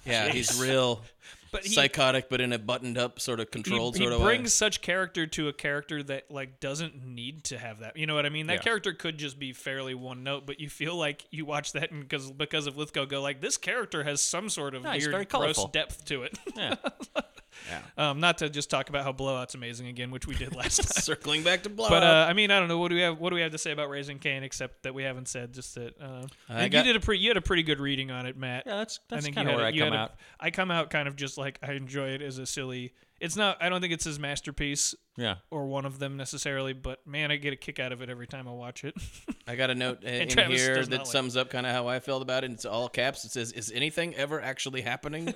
D: Yeah, he's real
B: But he,
D: psychotic, but in a buttoned-up sort of
B: he,
D: controlled
B: he
D: sort of
B: brings
D: way.
B: such character to a character that like doesn't need to have that. You know what I mean? That character could just be fairly one note, but you feel like you watch that and because because of Lithgow, go like this character has some sort of
C: No, he's
B: weird,
C: very
B: gross
C: colorful.
B: depth to it.
C: Yeah.
B: um, not to just talk about how blowout's amazing again, which we did last time.
D: Circling back to blowout.
B: But uh, I mean, I don't know what do we have. What do we have to say about Raising Cain except that we haven't said just that. Uh, I think
D: got-
B: you did a pretty. You had a pretty good reading on it, Matt.
C: Yeah, that's-
B: I
C: that's
B: think
C: kinda
B: you had
C: where
B: a-
C: I
B: you had
C: come
B: a-
C: out.
B: I come out kind of just like I enjoy it as a silly. It's not. I don't think it's his masterpiece
C: Yeah.
B: or one of them necessarily, but man, I get a kick out of it every time I watch it.
D: I got a note in in
B: Uh, Travis
D: here
B: does not
D: that
B: like
D: sums up kind of how I felt about it. It's all caps. It says, "Is anything ever actually happening?"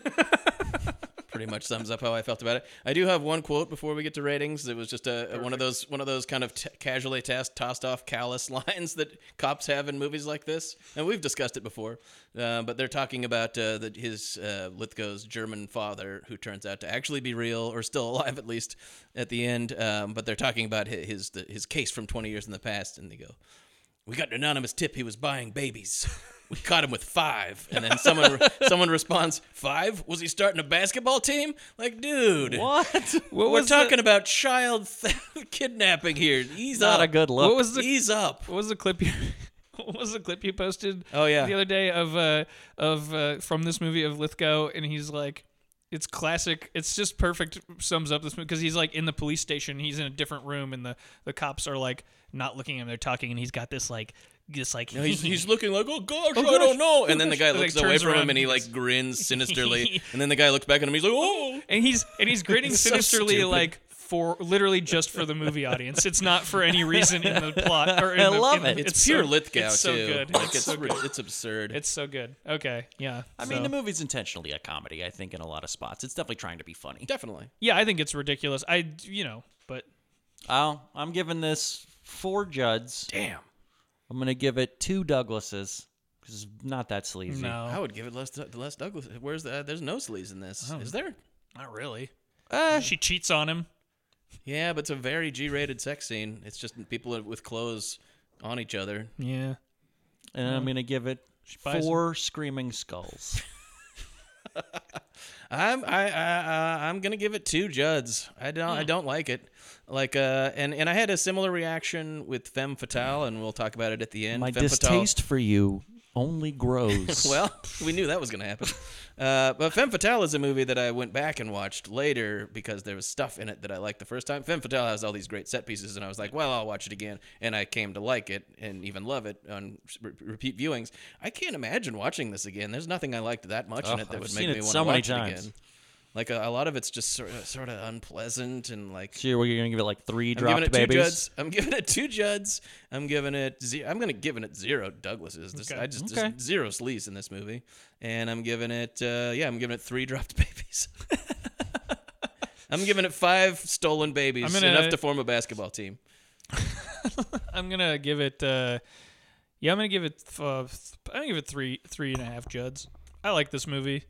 D: Pretty much sums up how I felt about it. I do have one quote before we get to ratings. It was just a, one of those one of those kind of t- casually tas- tossed off callous lines that cops have in movies like this, and we've discussed it before. Uh, but they're talking about uh, that his uh, Lithgow's German father, who turns out to actually be real or still alive at least at the end. Um, but they're talking about hi- his the, his case from 20 years in the past, and they go, we got an anonymous tip he was buying babies. We caught him with five, and then someone someone responds, five? Was he starting a basketball team?" Like, dude,
C: What?
D: We're talking about child theft, kidnapping here. Ease
C: Not a
D: up.
C: good look.
B: What was the-
D: Ease up.
B: What was the clip you? What was the clip you posted?
D: Oh, yeah.
B: the other day of uh of uh, from this movie of Lithgow, and he's like, it's classic. It's just perfect. Sums up this movie because he's like in the police station. He's in a different room, and the the cops are like not looking at him. They're talking, and he's got this like this like
D: No, he's, he's looking like, oh gosh,
B: Oh,
D: I
B: gosh.
D: don't know.
B: Oh,
D: And then the
B: gosh.
D: guy
B: Like,
D: looks
B: turns
D: away from
B: around
D: him and he
B: and
D: like
B: goes-
D: grins sinisterly. and then the guy looks back at him. He's like, oh.
B: and he's and he's grinning
D: So
B: sinisterly
D: stupid.
B: like for literally just for the movie audience. It's not for any reason in the plot or in
C: I
B: the,
C: love
B: in the-
C: it.
D: It's,
B: so-
D: pure Lithgow
B: It's so
D: too.
B: good.
D: Like,
B: it's,
D: it's,
B: so
D: ri-
B: good.
D: it's absurd.
B: It's so good. Okay. Yeah.
C: I mean,
B: so-
C: the movie's intentionally a comedy, I think, in a lot of spots. It's definitely trying to be funny.
D: definitely.
B: yeah, I think it's ridiculous. I you know, but
C: Oh, I'm giving this four Judds.
D: Damn.
C: I'm going to give it two Douglases because it's not that sleazy.
B: no,
D: I would give it less less Douglas. Where's the? there's no sleaze in this. Is there?
B: not really.
D: Uh,
B: she cheats on him.
D: Yeah, but it's a very G-rated sex scene. It's just people with clothes on each other.
B: Yeah.
C: And I'm going to give it
B: buys-
C: four Screaming Skulls.
D: I'm I, I, I I'm gonna give it two Judds. I don't I don't like it. Like uh and and I had a similar reaction with Femme Fatale, and we'll talk about it at the end.
C: My
D: Femme Fatale.
C: distaste for you only grows.
D: Well, we knew that was going to happen. Uh, but Femme Fatale is a movie that I went back and watched later because there was stuff in it that I liked the first time. Femme Fatale has all these great set pieces, and I was like, well, I'll watch it again. And I came to like it and even love it on re- repeat viewings. I can't imagine watching this again. There's nothing I liked that much in
C: Oh,
D: it that
C: I've
D: would
C: seen
D: make
C: it
D: me want
C: so
D: to
C: many
D: watch it
C: times.
D: again. Like a, a lot of it's just sort of, sort of unpleasant and like
C: so you're going to give it like 3
D: I'm giving
C: dropped
D: it
C: babies?
D: two Juds. I'm giving it two Juds. I'm giving it. Ze- I'm gonna giving it zero Douglases. This, I just,
C: Okay.
D: just zero sleaze in this movie, and I'm giving it. Uh, yeah, I'm giving it three dropped babies. I'm giving it five stolen babies,
B: I'm gonna-
D: enough to form a basketball team.
B: I'm gonna give it. uh Yeah, I'm gonna give it. Uh, th- I'm gonna give it three, three and a half Juds. I like this movie.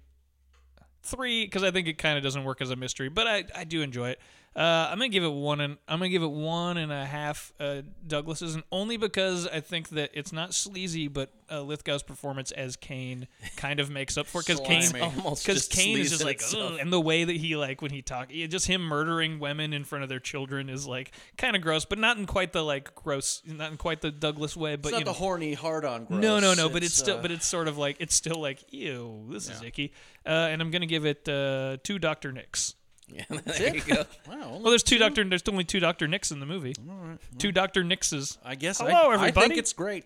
B: Three, because I think it kind of doesn't work as a mystery, but I, I do enjoy it. Uh, I'm gonna give it one and I'm gonna give it one and a half uh, Douglases, and only because I think that it's not sleazy, but uh, Lithgow's performance as Kane kind of makes up for it because Kane
D: Slimy. Almost
B: because
D: just
B: Kane
D: sleaze
B: is just
D: in
B: like
D: itself.
B: "Ugh," and the way that he like when he talk, yeah, just him murdering women in front of their children is like kind of gross, but not in quite the like gross, not in quite the Douglas way, but you know.
D: horny hard on.
B: No, no, no. But it's, still,
C: uh,
D: uh,
B: but it's sort of like it's still like, ew, this is icky. Uh, and I'm gonna give it uh, two Doctor Nicks.
D: there you go.
B: Well, there's two Doctor. There's only two Doctor Nicks in the movie. Two Doctor Nickses.
C: I guess
B: Hello,
C: I, I
B: everybody.
C: think it's great.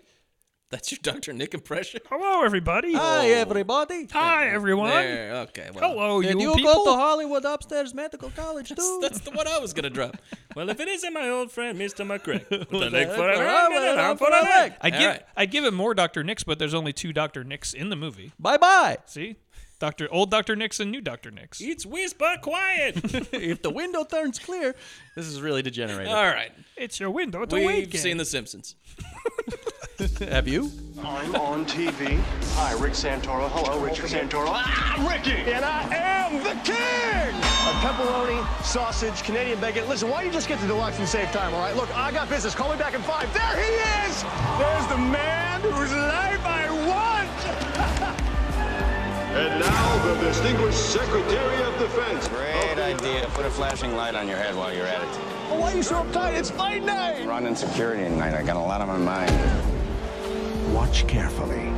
D: That's your Dr. Nick impression.
B: Hello, everybody.
C: Hi, everybody.
B: Hi, everyone.
D: There. Okay. Well,
B: Hello,
C: Did
B: you,
C: you
B: people.
C: go to Hollywood Upstairs Medical College too?
D: That's the one I was gonna drop. Well, if it isn't my old friend Mr. McCrick, with a leg for an arm and an arm for a leg.
B: I'd
D: All
B: give
D: right.
B: I'd give it more Doctor Nicks, but there's only two Doctor Nicks in the movie.
C: Bye bye.
B: See, Doctor old Doctor Nicks and new Doctor Nicks.
D: It's whisper quiet.
C: if the window turns clear, this is really degenerated.
D: All right.
B: It's your window. It's a
D: We've
B: weekend.
D: seen The Simpsons.
C: Have you?
J: I'm on TV. Hi, Rick Santoro. Hello, Richard Santoro. Ah, Ricky! And I am the king! A pepperoni, sausage, Canadian bacon. Listen, why don't you just get to deluxe and save time, all right? Look, I got business. Call me back in five. There he is! There's the man whose life I want! and now, the distinguished Secretary of Defense.
H: Great idea. Put a flashing light on your head while you're at it.
J: Why are you so uptight? It's fight night!
H: Running security tonight. I got a lot on my mind.
I: Watch carefully.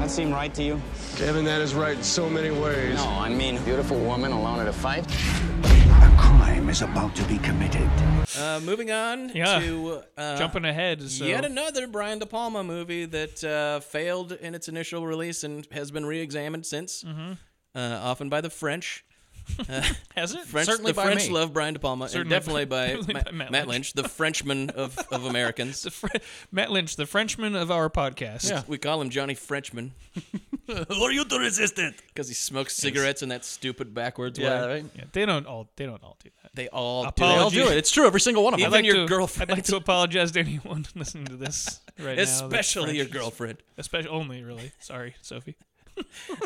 H: That seem right to you?
J: Kevin, that is right in so many ways.
H: No, I mean, beautiful woman alone at a fight.
I: A crime is about to be committed.
D: Uh, moving on
B: Yeah.
D: to uh,
B: Jumping ahead. So.
D: Yet another Brian De Palma movie that uh, failed in its initial release and has been re-examined since, uh, often by the French.
B: Has it?
D: French
C: Certainly
D: the
C: by
D: French
C: me.
D: love Brian De Palma,
B: Certainly
D: and definitely by,
B: by-
D: Ma-
B: by
D: Matt,
B: Matt
D: Lynch. the Frenchman of, of Americans.
B: Fr- Matt Lynch, the Frenchman of our podcast.
D: We call him Johnny Frenchman
C: Are you the resistant?
D: because he smokes cigarettes in that stupid backwards
C: Yeah,
D: way.
C: right.
B: Yeah, they don't all they don't all do that.
D: They all
C: They
D: do.
C: all do it. It's true. Every single one of them.
D: Even your girlfriend.
B: I'd like to apologize to anyone listening to this right now. that's
D: Especially your
B: French.
D: girlfriend.
B: Especially only really. Sorry, Sophie.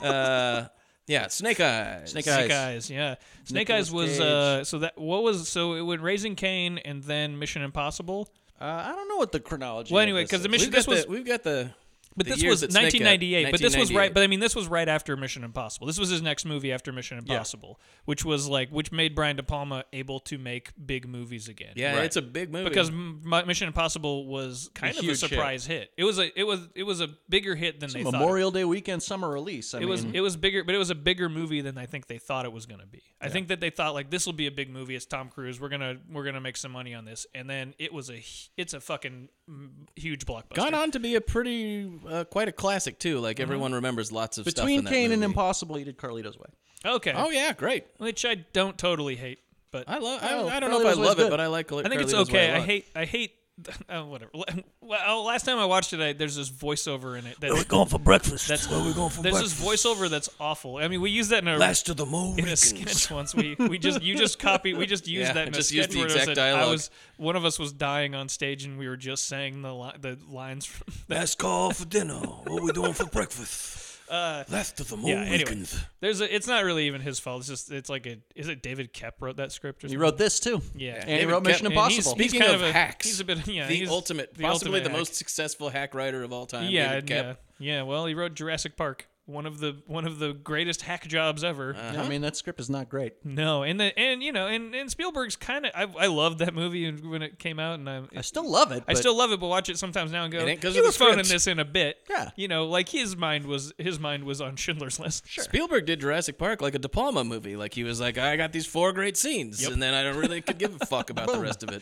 D: Uh, Yeah, Snake Eyes.
C: Snake Eyes.
B: Snake Eyes, yeah. Snake Eyes was uh so that what was so it would Raising Kane and then Mission Impossible.
C: Uh, I don't know what the chronology.
B: Well,
C: of
B: anyway,
C: this
B: because the
C: is.
B: mission
D: We've got,
B: this was
D: the, we've got the.
B: But
D: the
B: this
D: years
B: was
D: that Snake Eyes-
B: 1998. But this was
D: 1998.
B: right. But I mean, this was right after Mission Impossible. This was his next movie after Mission Impossible, which was like which made Brian De Palma able to make big movies again.
D: Yeah, it's a big movie.
B: because M- M- Mission Impossible was kind of a
C: huge hit.
B: surprise hit. It was a it was it was a bigger hit than they thought.
C: Memorial Day weekend summer release. I
B: It
C: mean,
B: was it was bigger, but it was a bigger movie than I think they thought it was going to be. I think that they thought like this will be a big movie. It's Tom Cruise. We're gonna we're gonna make some money on this, and then it was a hu- it's a fucking mm, huge blockbuster.
D: gone on to be a pretty uh, quite a classic too. Like everyone
B: Uh-huh.
D: remembers lots of stuff in
C: between
D: that
C: Kane and
D: movie.
C: Impossible, he did Carlito's Way.
B: Okay,
D: Oh yeah, great.
B: which I don't totally hate, but
D: I love. I,
C: Oh,
D: I don't know if
C: Carlito's
D: I
C: Way's
D: love it,
C: good.
D: but I like.
B: I think it's okay. I hate. I hate. Uh, whatever. Well, last time I watched it, I, there's this voiceover in it. That, we're going for breakfast. That's where we're going for there's this voiceover that's awful. I mean, we use that in a
D: Last of the moon.
B: in a sketch once. We we just you just copy. We just used
D: Yeah,
B: that in
D: just
B: a
D: used
B: sketch
D: the
B: where it
D: exact
B: was that I
D: dialogue.
B: was one of us was dying on stage and we were just saying the li- the lines. From that.
D: Last call for dinner. What are we doing for breakfast? Last of the moon.
B: Uh, Yeah. Anyway, there's a, it's not really even his fault. It's just it's like a is it David Kep wrote that script or
C: He
B: something?
C: wrote this too.
B: Yeah.
C: and he
B: David
C: wrote Mission
D: Kep-
B: And he's-
C: Impossible.
B: he's
D: Speaking
B: kind
D: of
B: a-
D: hacks,
B: he's a bit yeah.
D: the
B: he's
D: ultimate,
B: the
D: possibly
B: ultimate
D: the
B: hack.
D: most successful hack writer of all time.
B: yeah,
D: David Koepp.
B: yeah, yeah. Well, he wrote Jurassic Park, one of the one of the greatest hack jobs ever.
D: Ah.
C: I mean, that script is not great.
B: no, and the and you know, and, and Spielberg's kind of I, I loved that movie when it came out, and I,
C: I still love it.
B: I
C: but-
B: still love it, but watch it sometimes now and go.
D: It ain't 'cause
B: He
D: of the
B: was phoning
D: script."
B: this in a bit.
C: Yeah.
B: you know, like his mind was his mind was on Schindler's List. Sure.
D: Spielberg did Jurassic Park like a De Palma movie. Like he was like, I got these four great scenes, and then I don't really could give a fuck about the rest of it.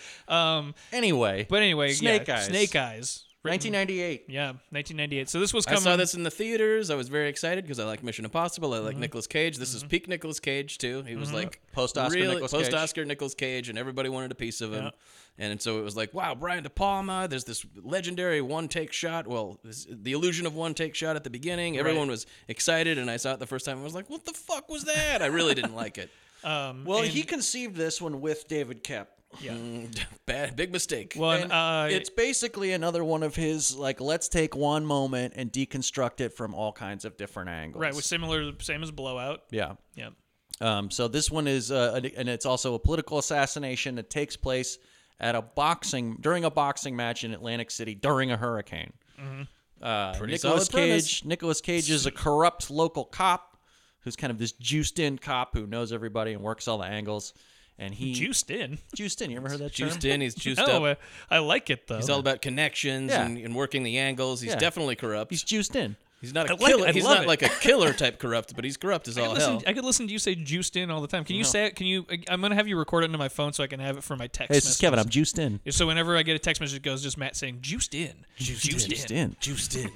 C: anyway.
B: Um, But anyway,
C: Snake
B: yeah,
C: Eyes.
B: Snake Eyes. Written-
C: 1998.
B: Yeah, 1998. So this was
D: I
B: coming.
D: saw this in the theaters. I was very excited because I like Mission Impossible. I like Nicolas Cage. This is peak Nicolas Cage too. He was like
C: Post-Oscar Nicolas Cage.
D: post-Oscar Nicolas Cage, and everybody wanted a piece of him. And so it was like, wow, Brian De Palma. There's this legendary one-take shot. Well, this, the illusion of one-take shot at the beginning. Everyone was excited, and I saw it the first time. I was like, what the fuck was that? I really didn't like it.
C: Well, he conceived this one with David Kep.
D: Bad, big mistake.
B: Well, and,
C: And
B: uh,
C: it's basically another one of his like let's take one moment and deconstruct it from all kinds of different angles.
B: right was similar, same as Blowout.
C: yeah.
B: Yeah.
C: Um, so this one is, uh, an- and it's also a political assassination that takes place at a boxing during a boxing match in Atlantic City during a hurricane.
B: Mm-hmm.
C: Uh, Nicholas
D: solid premise.
C: Cage. Nicholas Cage is a corrupt local cop who's kind of this juiced-in cop who knows everybody and works all the angles. And he
B: Juiced in.
C: juiced in. You ever heard that
D: juiced
C: term?
D: in. He's juiced
B: Oh,
D: up.
B: uh, I like it though.
D: He's all about connections
C: Yeah.
D: and, and working the angles. He's
C: Yeah.
D: definitely corrupt.
C: He's
D: He's,
C: juiced in.
D: not
B: I
D: a
B: like it.
D: killer.
B: I
D: He's
B: love
D: not
B: it.
D: like a killer type corrupt, but he's corrupt as all
B: Listen,
D: hell.
B: I could listen to you say juiced in all the time. Can you say it? Can you? uh, I'm gonna have you record it into my phone so I can have it for my text.
C: Hey, this is
B: messages.
C: Kevin. I'm juiced in.
B: So whenever I get a text message, it goes just Matt saying juiced in, juiced,
C: Juiced in.
D: Juiced in.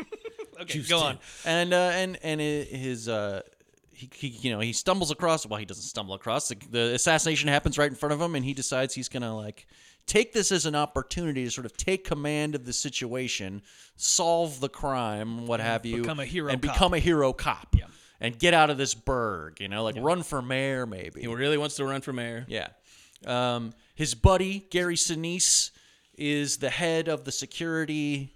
B: Okay, go on.
C: and uh, and and i- his uh, he, he you know he stumbles across. Well, he doesn't stumble across. The, the assassination happens right in front of him, and he decides he's gonna like take this as an opportunity to sort of take command of the situation, solve the crime, what have you,
B: become a hero
C: and
B: cop.
C: become a hero cop, and get out of this burg. You know, like run for mayor, maybe.
D: He really wants to run for mayor.
C: Yeah. Um, his buddy, Gary Sinise, is the head of the security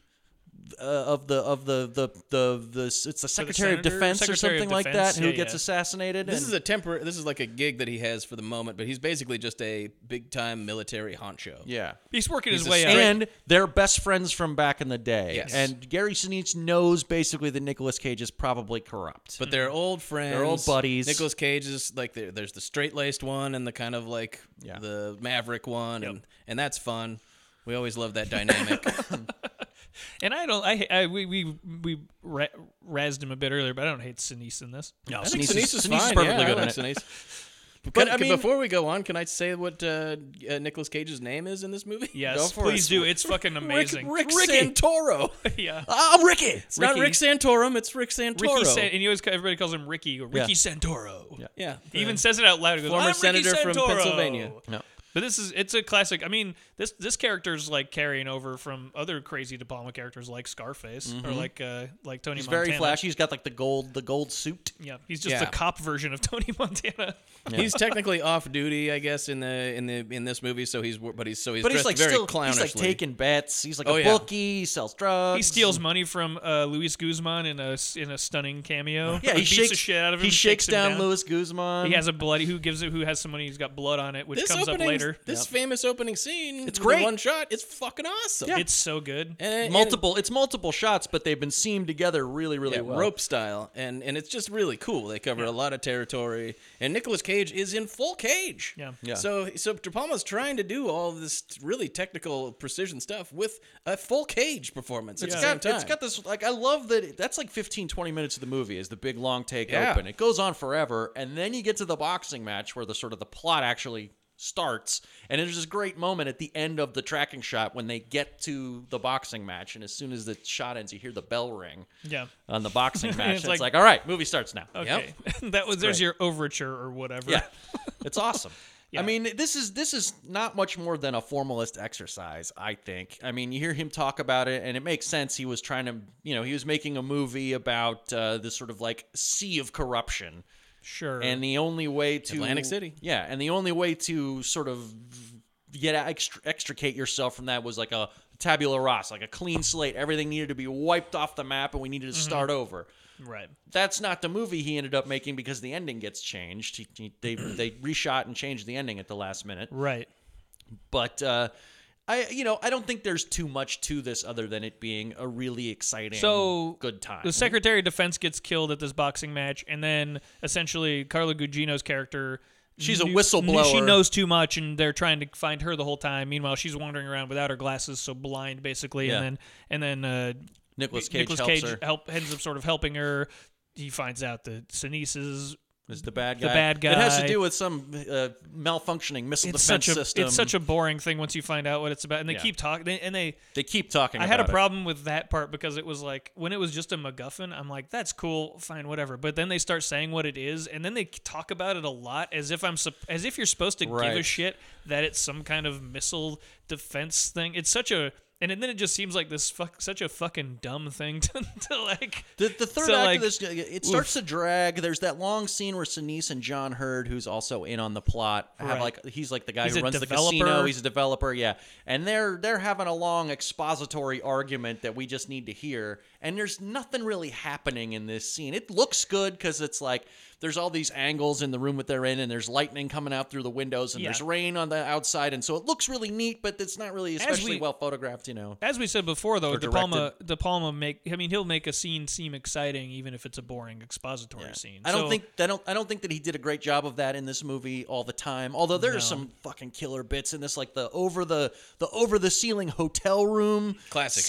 C: uh, of the of the the the, the it's the Secretary of
B: senator-
C: Defense or
B: Secretary of
C: something like
B: Defense,
C: that who
B: yeah,
C: gets
B: yeah.
C: assassinated.
D: This
C: and-
D: is a temper. This is like a gig that he has for the moment, but he's basically just a big time military honcho.
C: yeah.
B: He's working
D: He's
B: his
D: a
B: way out.
C: And they're best friends from back in the day.
D: Yes.
C: And Gary Sinise knows basically that Nicolas Cage is probably corrupt.
D: But they're old friends.
C: Mm-hmm. They're old buddies.
D: Nicholas Cage is like there- there's the straight laced one and the kind of like
C: Yeah.
D: the maverick one, and and that's fun. We always love that dynamic.
B: And I don't. I, I we we we ra- razzed him a bit earlier, but I don't hate Sinise in this.
C: no,
D: I think
C: Sinise
D: Sinise
C: is,
D: is
C: Sinise is
D: fine.
C: perfectly
D: Yeah,
C: good
D: I
C: in
D: like
C: it.
D: Sinise. But
C: I mean-
D: before we go on, can I say what uh, uh, Nicolas Cage's name is in this movie?
B: Yes,
D: Go for
B: please
D: it.
B: do. It's fucking amazing.
D: Rick, Uh, Rick Santoro.
B: yeah.
C: I'm Ricky.
D: It's not
B: Ricky.
D: Rick Santorum. It's Rick Santoro.
B: Ricky, San- and he always everybody calls him Ricky or Ricky Santoro. Yeah.
D: yeah,
B: He even says it out loud. He goes,
D: Former
B: "I'm Ricky
D: senator from
B: Santoro."
D: Pennsylvania.
C: No.
B: But this is it's a classic. I mean, this this character's like carrying over from other crazy De Palma characters like Scarface
D: Mm-hmm.
B: or like uh like Tony
C: He's
B: Montana.
C: very flashy. He's got like the gold the gold suit.
B: Yeah, he's just
D: Yeah.
B: the cop version of Tony Montana.
D: He's technically off duty, I guess, in the in the in this movie. So he's wor- but he's so he's
C: But he's
D: dressed
C: like
D: very
C: still he's
D: clownishly.
C: like taking bets. He's like
D: Oh,
C: a
D: yeah.
C: bookie, he sells drugs.
B: He steals money from uh, Luis Guzman in a s- in a stunning cameo.
C: Yeah, he
B: beats
C: shakes
B: the shit out of him.
C: He shakes,
B: him
C: down, Louis Guzman.
B: He has a bloody. Who gives it? Who has some money? He's got blood on it, which
D: this
B: comes up
D: opening,
B: later.
D: this famous opening scene. It's
C: great.
D: One shot. It's fucking awesome.
B: It's so good.
D: And- and-
C: multiple. it's multiple shots, but they've been seamed together really, really
D: yeah,
C: well.
D: rope style, and and it's just really cool. They cover a lot of territory, and Nicolas Cage is in full cage.
B: Yeah.
C: Yeah.
D: So so De Palma's trying to do all this really technical precision stuff with a full cage performance. At
C: It's
D: the same
C: got,
D: time.
C: it's got this like I love that it- that's like 15 20 minutes of the movie is the big long take
D: Yeah.
C: open. It goes on forever and then you get to the boxing match where the sort of the plot actually starts and there's this great moment at the end of the tracking shot when they get to the boxing match and as soon as the shot ends you hear the bell ring
B: yeah.
C: on the boxing match. it's,
B: like-
C: like, all right, movie starts now.
B: Okay. that was there's your overture or whatever.
C: Yeah, it's awesome. I mean, this is this is not much more than a formalist exercise, I think. I mean, you hear him talk about it, and it makes sense. He was trying to, you know, he was making a movie about uh, this sort of like sea of corruption,
B: Sure.
C: and the only way to
D: Atlantic City.
C: yeah, and the only way to sort of get extr- extricate yourself from that was like a tabula rasa, like a clean slate. Everything needed to be wiped off the map, and we needed to start over
B: right.
C: that's not the movie he ended up making because the ending gets changed. He, he- they they reshot and changed the ending at the last minute.
B: Right.
C: But uh, I you know I don't think there's too much to this other than it being a really exciting
B: So,
C: good time.
B: The Secretary of Defense gets killed at this boxing match, and then essentially Carla Gugino's character.
C: She's a
B: knew-
C: whistleblower.
B: She knows too much, and they're trying to find her the whole time. Meanwhile, she's wandering around without her glasses, so blind basically.
C: Yeah.
B: And then, and then uh,
C: Nicolas Cage
B: Nicolas
C: helps
B: Cage uh,
C: her.
B: help ends up sort of helping her. He finds out that Sinise is
C: is the bad guy.
B: the bad
C: It has to
B: guy.
C: do with some uh, malfunctioning missile
B: it's
C: defense
B: such a
C: system.
B: it's such a boring thing once you find out what it's about, and they
C: Yeah.
B: keep talking, and they
C: they keep talking.
B: I had a
C: about it.
B: problem with that part because it was like when it was just a MacGuffin, I'm like, that's cool, fine, whatever. But then they start saying what it is, and then they talk about it a lot as if I'm sup- as if you're supposed to give a
C: Right.
B: shit that it's some kind of missile defense thing. It's such a and then it just seems like this fuck such a fucking dumb thing to, to like.
C: The, the third
B: So,
C: act
B: like,
C: of this, it starts to drag. There's that long scene where Sinise and John Hurd, who's also in on the plot, have
B: Right.
C: like he's like the guy
B: He's
C: who
B: a
C: runs
B: developer.
C: the casino. He's a developer, yeah. And they're they're having a long expository argument that we just need to hear. And there's nothing really happening in this scene. It looks good because it's like there's all these angles in the room that they're in, and there's lightning coming out through the windows, and
B: Yeah.
C: there's rain on the outside, and so it looks really neat, but it's not really especially
B: we-
C: well photographed, you know.
B: As we said before, though, De Palma,
C: directed.
B: De Palma make. I mean, he'll make a scene seem exciting, even if it's a boring expository scene.
C: I don't
B: So-
C: think I don't I don't think that he did a great job of that in this movie all the time. Although there are some fucking killer bits in this, like the over the the over the ceiling hotel room
D: Classic.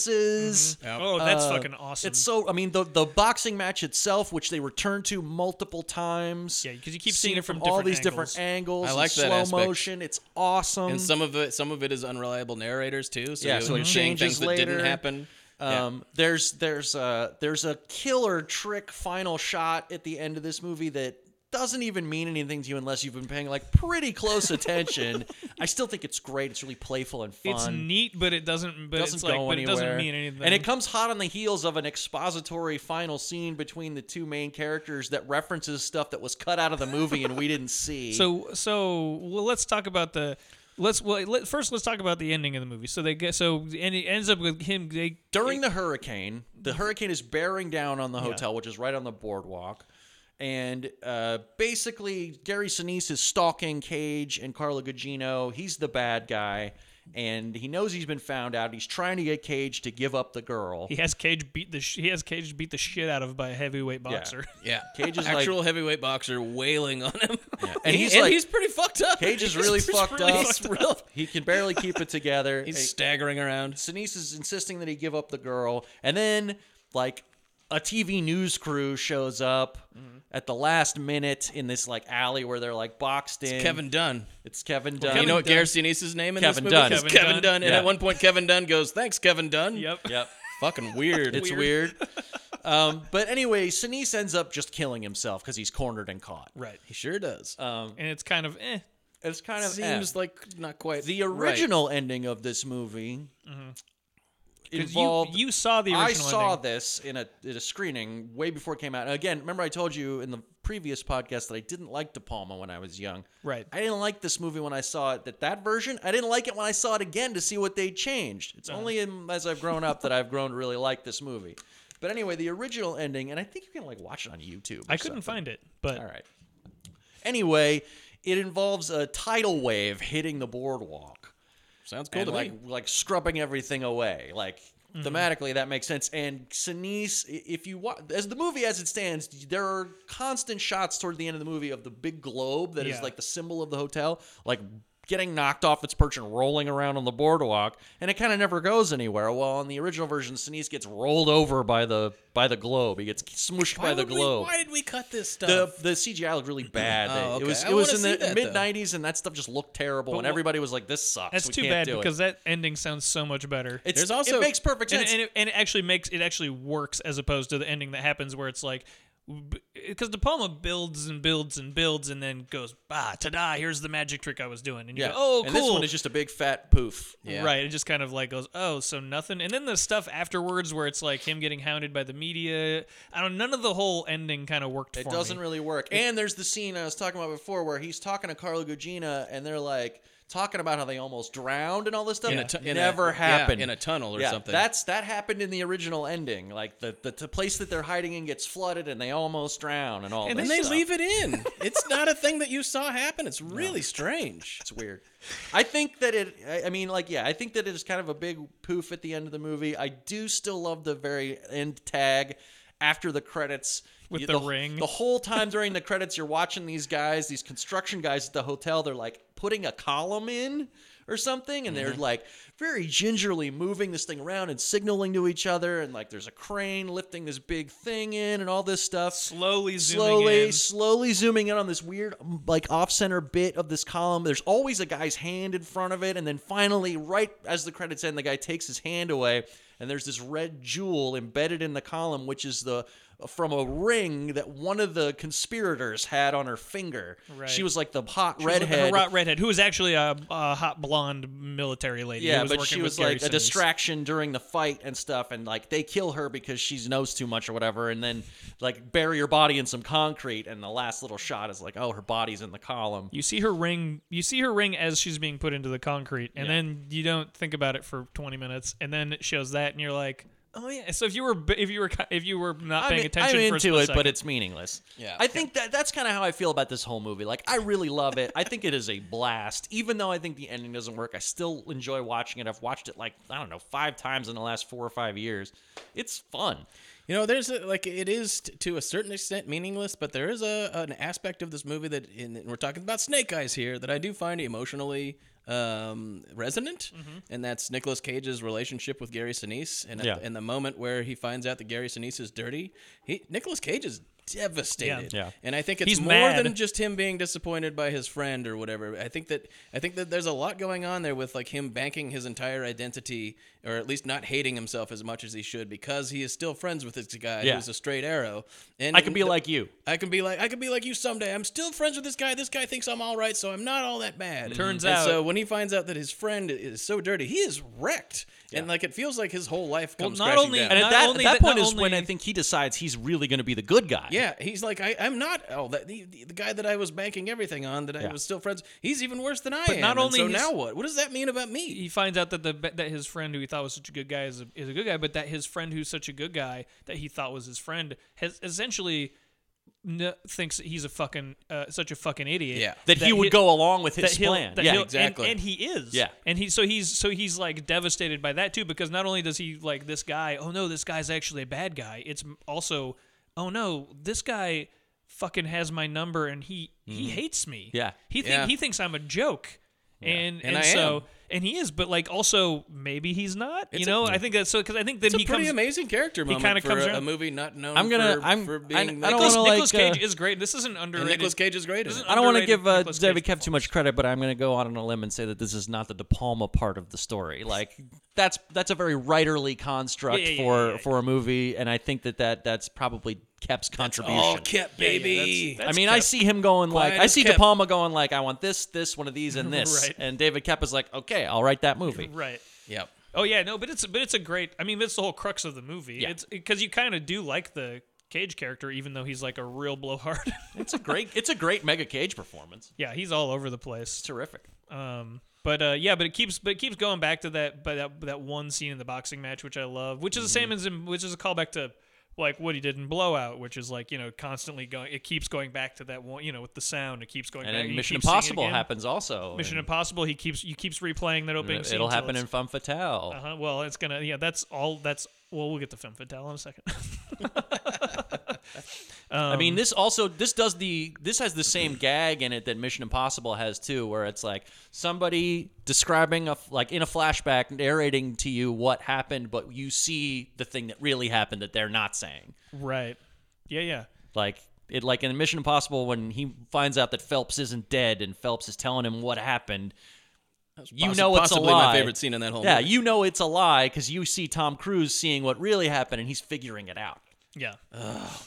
C: sequences.
B: Oh, that's
C: Uh,
B: fucking awesome!
C: It's so I mean the the boxing match itself, which they return to multiple times.
B: Yeah, 'cause you keep
C: seen
B: seeing it
C: it from,
B: from
C: all
B: different
C: these different angles.
D: I
C: and
D: like that
C: slow
D: aspect.
C: motion. It's awesome.
D: and some of it some of it is unreliable narrators too so
C: Yeah,
D: you,
C: so it
D: are seeing
C: changes
D: things that didn't
C: later.
D: happen Yeah.
C: Um, There's there's a there's a killer trick final shot at the end of this movie that doesn't even mean anything to you unless you've been paying like pretty close attention. I still think it's great. It's really playful and fun.
B: it's neat, but it doesn't. But
C: It doesn't
B: it's
C: go
B: like, but
C: anywhere.
B: it doesn't mean anything.
C: And it comes hot on the heels of an expository final scene between the two main characters that references stuff that was cut out of the movie and we didn't see.
B: So so well, let's talk about the Let's well let, first let's talk about the ending of the movie. So they get so and it ends up with him. They
C: during the hurricane. The hurricane is bearing down on the hotel, which is right on the boardwalk. And uh, basically, Gary Sinise is stalking Cage and Carlo Gugino. He's the bad guy, and he knows he's been found out. He's trying to get Cage to give up the girl.
B: he has Cage beat the sh- he has Cage beat the shit out of by a heavyweight
C: Yeah.
B: boxer.
D: Yeah,
C: Cage is
D: actual
C: like-
D: heavyweight boxer wailing on him,
C: And
D: and
C: he's
D: he's
C: like-
D: and he's pretty fucked up.
C: Cage is
D: He's
C: really
D: pretty
C: fucked
D: really
C: up.
D: He's, real-
C: He can barely keep it together.
D: he's
C: Hey,
D: staggering around.
C: Sinise is insisting that he give up the girl, and then like a TV news crew shows up at the last minute in this like alley where they're like boxed in.
D: Kevin Dunn.
C: It's Kevin Dunn.
D: you know what Gary Sinise's name in
C: Kevin
D: this movie
C: Dunn.
D: is?
B: Kevin
D: Kevin,
B: Dunn.
D: Dunn. And
C: Yeah.
D: at one point, Kevin Dunn goes, "Thanks, Kevin Dunn."
B: Yep.
C: Yep.
D: Fucking weird.
C: It's weird. um, but anyway, Sinise ends up just killing himself because he's cornered and caught.
B: Right.
D: He sure does. Uh,
B: And it's kind of eh.
C: It's kind of
D: Seems
C: eh.
D: like not quite
C: the
D: right.
C: original ending of this movie
B: Mm-hmm. 'Cause
C: involved.
B: you, you saw the original
C: I saw
B: ending.
C: this in a in a screening way before it came out. And again, remember I told you in the previous podcast that I didn't like De Palma when I was young.
B: Right.
C: I didn't like this movie when I saw it. That that version, I didn't like it when I saw it again to see what they changed.
B: Uh-huh.
C: It's only in, as I've grown up that I've grown to really like this movie. But anyway, the original ending, and I think you can like watch it on YouTube.
B: I couldn't find it, but
C: All right. Anyway, it involves a tidal wave hitting the boardwalk
D: Sounds cool
C: and
D: to
C: like
D: me. Mm-hmm.
C: like scrubbing everything away. Like thematically, that makes sense. And Sinise, i- if you watch as the movie as it stands, there are constant shots toward the end of the movie of the big globe that is
B: Yeah.
C: like the symbol of the hotel, like getting knocked off its perch and rolling around on the boardwalk, and it kind of never goes anywhere. Well, in the original version, Sinise gets rolled over by the by the globe. He gets smooshed by the
D: would we-
C: globe.
D: why did we cut this stuff?
C: the, the CGI looked really bad.
D: Oh,
C: It
D: okay.
C: was
D: I
C: it was
D: wanna
C: in
D: see
C: the
D: that,
C: mid
D: though.
C: '90s, and that stuff just looked terrible. and
B: wha-
C: everybody was like, "This sucks."
B: that's
C: we
B: too
C: can't
B: bad
C: do it.
B: because that ending sounds so much better.
C: It's,
D: There's also-
C: it makes perfect
B: and,
C: sense.
B: and, it, and it actually makes it actually works as opposed to the ending that happens where it's like because De Palma builds and builds and builds and then goes bah ta-da here's the magic trick I was doing and you
C: yeah.
B: go oh
C: And
B: cool
C: this one is just a big fat poof.
D: Yeah.
B: right it just kind of like goes oh so nothing and then the stuff afterwards where it's like him getting hounded by the media I don't none of the whole ending kind of worked
C: It
B: for
C: doesn't
B: me.
C: really work. And there's the scene I was talking about before where he's talking to Carlo Gugino and they're like talking about how they almost drowned and all this stuff.
D: In a
C: It
D: tu- in a-
C: never
D: yeah,
C: happened.
D: in a tunnel or
C: Yeah,
D: something.
C: That's that happened in the original ending. Like the, the, the place that they're hiding in gets flooded and they almost drown and all
B: And
C: this
D: and they
C: stuff.
D: leave it in. It's not a thing that you saw happen. It's really strange.
C: It's weird. I think that it. I- I mean, like, yeah, I think that it is kind of a big poof at the end of the movie. I do still love the very end tag after the credits
B: With
C: You-
B: the ring.
C: The whole time during the credits, you're watching these guys, these construction guys at the hotel. They're like putting a column in or something, and
B: Mm-hmm.
C: they're like very gingerly moving this thing around and signaling to each other. And like, there's a crane lifting this big thing in, and all this stuff
B: slowly zooming
C: slowly,
B: in.
C: slowly zooming in on this weird, um, like off center bit of this column. There's always a guy's hand in front of it, and then finally, right as the credits end, the guy takes his hand away, and there's this red jewel embedded in the column, which is the from a ring that one of the conspirators had on her finger.
B: Right.
C: She was like the hot
B: She was with the
C: redhead.
B: hot redhead who was actually a, a hot blonde military lady who
C: Yeah,
B: was
C: but
B: working
C: she
B: with
C: was
B: Gary
C: like a
B: Sinise.
C: distraction during the fight and stuff, and like they kill her because she knows too much or whatever, and then like bury her body in some concrete, and the last little shot is like, oh, her body's in the column.
B: You see her ring. You see her ring as she's being put into the concrete, and then you don't think about it for 20 minutes, and then it shows that, and you're like, "Oh yeah." So if you were b- if you were ki- if you were not
C: I'm,
B: paying attention,
C: I'm
B: for a
C: into
B: split
C: it,
B: second,
C: but it's meaningless.
D: Yeah.
C: I think that that's kind of how I feel about this whole movie. Like, I really love it. I think it is a blast. Even though I think the ending doesn't work, I still enjoy watching it. I've watched it like I don't know five times in the last four or five years. It's fun.
D: You know, there's a, like it is t- to a certain extent meaningless, but there is a an aspect of this movie that, in, and we're talking about Snake Eyes here, that I do find emotionally um, resonant, and that's Nicolas Cage's relationship with Gary Sinise, and at
C: Yeah.
D: the, and the moment where he finds out that Gary Sinise is dirty, he Nicolas Cage is devastated,
C: Yeah. Yeah.
D: and I think it's
B: He's
D: more
B: mad.
D: than just him being disappointed by his friend or whatever. I think that I think that there's a lot going on there with like him banking his entire identity, or at least not hating himself as much as he should, because he is still friends with this guy
C: Yeah.
D: who's a straight arrow. And
C: I could be like you.
D: I can be like I can be like you someday. I'm still friends with this guy. This guy thinks I'm all
C: Mm-hmm.
D: right, so I'm not all that bad.
B: Turns
D: And
B: out-
D: so when he finds out that his friend is so dirty, he is wrecked. and like it feels like his whole life
B: Well,
D: comes
B: not
D: crashing
B: only-
D: down.
C: And
B: Not
C: at that,
B: only
C: at that
B: that-
C: point
B: not
C: is when I
B: only-
C: think he decides he's really going to be the good guy.
D: Yeah, he's like, I, I'm not. Oh, that, the, the guy that I was banking everything on, that I
C: Yeah.
D: was still friends. He's even worse than I
B: But
D: am.
B: not
D: and
B: only
D: so
B: his-
D: now what? What does that mean about me?
B: he finds out that the that his friend who he thought was such a good guy is a, is a good guy, but that his friend who's such a good guy that he thought was his friend has essentially n- thinks that he's a fucking uh, such a fucking idiot.
D: Yeah.
C: That, he would
B: hi-
C: go along with his
B: that he'll-
C: plan.
B: that
C: yeah,
B: he'll-
C: exactly.
D: exactly.
B: And, and he is.
C: Yeah.
B: And he so he's so he's like devastated by that too because not only does he like this guy, oh no, this guy's actually a bad guy. It's m- also, oh no, this guy fucking has my number and he he hates me.
C: Mm-hmm. Yeah.
B: He think
D: Yeah.
B: he thinks I'm a joke. And
D: And
B: and,
D: I
B: so
D: am.
B: and he is, but like also maybe he's not. you
D: It's a-
B: know, I think that's so because I think then
D: it's a
B: he
D: pretty
B: comes.
D: amazing character moment
B: kinda
D: for
B: comes
D: a, a
B: around-
D: movie not known
C: I'm gonna-
D: for,
C: I'm-
D: for
C: I- I
D: being
C: don't
D: Nicolas-
B: Nicolas,
C: wanna,
B: Nicolas
C: like,
B: Cage
C: uh,
B: is great. This is an
D: and
B: underrated.
D: Nicolas Cage is great in
B: this is
D: it.
B: an
C: I don't want to
B: underrated
C: give uh,
B: Nicolas Cage
C: David Kev too
B: performance.
C: much credit, but I'm going to go out on a limb and say that this is not the De Palma part of the story. Like that's that's a very writerly construct
B: Yeah, yeah, yeah,
C: for
B: yeah, yeah.
C: for a movie, and I think that, that that's probably Kep's contribution.
D: All kept, Oh, baby.
C: I mean, I see him going
D: Quiet
C: like I
D: as
C: see
D: kept.
C: De Palma going like I want this, this, one of these, and this,
B: Right.
C: and David Kep is like, okay, I'll write that movie.
B: Right.
D: Yep.
B: Oh yeah, no, but it's but it's a great. I mean, that's the whole crux of the movie.
C: Yeah.
B: It's because you kind of do like the Cage character, even though he's like a real blowhard.
C: It's a great it's a great Mega Cage performance.
B: yeah, he's all over the place.
C: Terrific.
B: Um, but uh, yeah, but it keeps but it keeps going back to that but that that one scene in the boxing match, which I love, which is the
C: Mm-hmm.
B: same as in, which is a callback to like what he did in Blowout, which is like you know constantly going. It keeps going back to that one, you know, with the sound. It keeps going
C: And
B: back.
C: then
B: you
C: Mission
B: keep seeing it
C: Impossible
B: again.
C: happens also.
B: Mission
C: and-
B: Impossible. He keeps you keeps replaying that
C: and
B: opening.
C: it-
B: scene
C: It'll
B: till
C: happen
B: it's-
C: in Femme Fatale.
B: Uh-huh. Well, it's gonna. Yeah, that's all. That's well. We'll get to femme fatale in a second.
C: I
D: Um,
C: mean, this also this does the this has the same gag in it that Mission Impossible has too, where it's like somebody describing a f- like in a flashback, narrating to you what happened, but you see the thing that really happened that they're not saying.
B: right. Yeah. Yeah.
C: Like it, like in Mission Impossible, when he finds out that Phelps isn't dead and Phelps is telling him what happened. You
D: possi-
C: know it's a
D: possibly my
C: lie.
D: favorite scene in that whole
C: Yeah,
D: movie.
C: you know it's a lie because you see Tom Cruise seeing what really happened and he's figuring it out.
B: Yeah.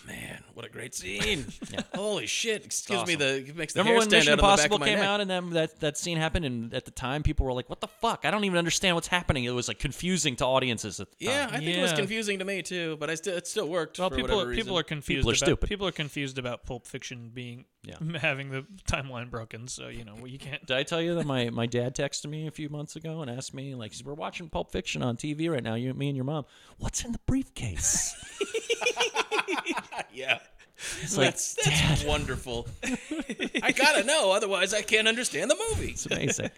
D: Man, what a great scene! Holy shit! Excuse me, the it makes the
C: Remember
D: hair
C: when
D: stand
C: Mission
D: out on the back
C: Impossible
D: of my
C: came
D: neck.
C: out and then that, that scene happened, and at the time people were like, "What the fuck? I don't even understand what's happening." It was like confusing to audiences at the
D: yeah,
C: time.
D: I think it was
B: Yeah.
D: confusing to me too, but I still it still worked.
B: Well,
D: for
B: people
D: whatever
B: people
D: reason.
B: are confused.
C: People are
B: about,
C: stupid.
B: People are confused about Pulp Fiction being having the timeline broken. So you know you can't.
C: Did I tell you that my, my dad texted me a few months ago and asked me like, "We're watching Pulp Fiction on TV right now. You, me, and your mom. What's in the briefcase?"
D: Yeah.
C: It's like,
D: That's, that's wonderful. I gotta know, otherwise I can't understand the movie.
C: it's amazing.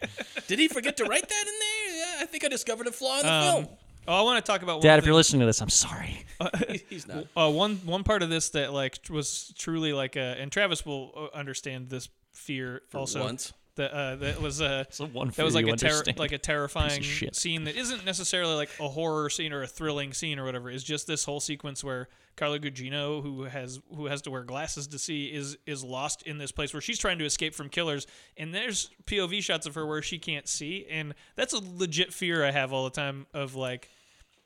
D: Did he forget to write that in there? Yeah, I think I discovered a flaw in the
B: Um,
D: film.
B: oh, I want to talk about one
C: dad, if
B: thing-
C: you're listening to this, I'm sorry.
D: He's not.
B: uh, one one part of this that like tr- was truly like uh, and Travis will uh, understand this fear also
D: once.
B: that uh, that was uh,
C: the one
B: that was
C: fear
B: like
C: you
B: a terror
C: understand.
B: like a terrifying
C: shit.
B: scene that isn't necessarily like a horror scene or a thrilling scene or whatever. It's just this whole sequence where Carla Gugino, who has who has to wear glasses to see, is is lost in this place where she's trying to escape from killers, and there's POV shots of her where she can't see, and that's a legit fear I have all the time of like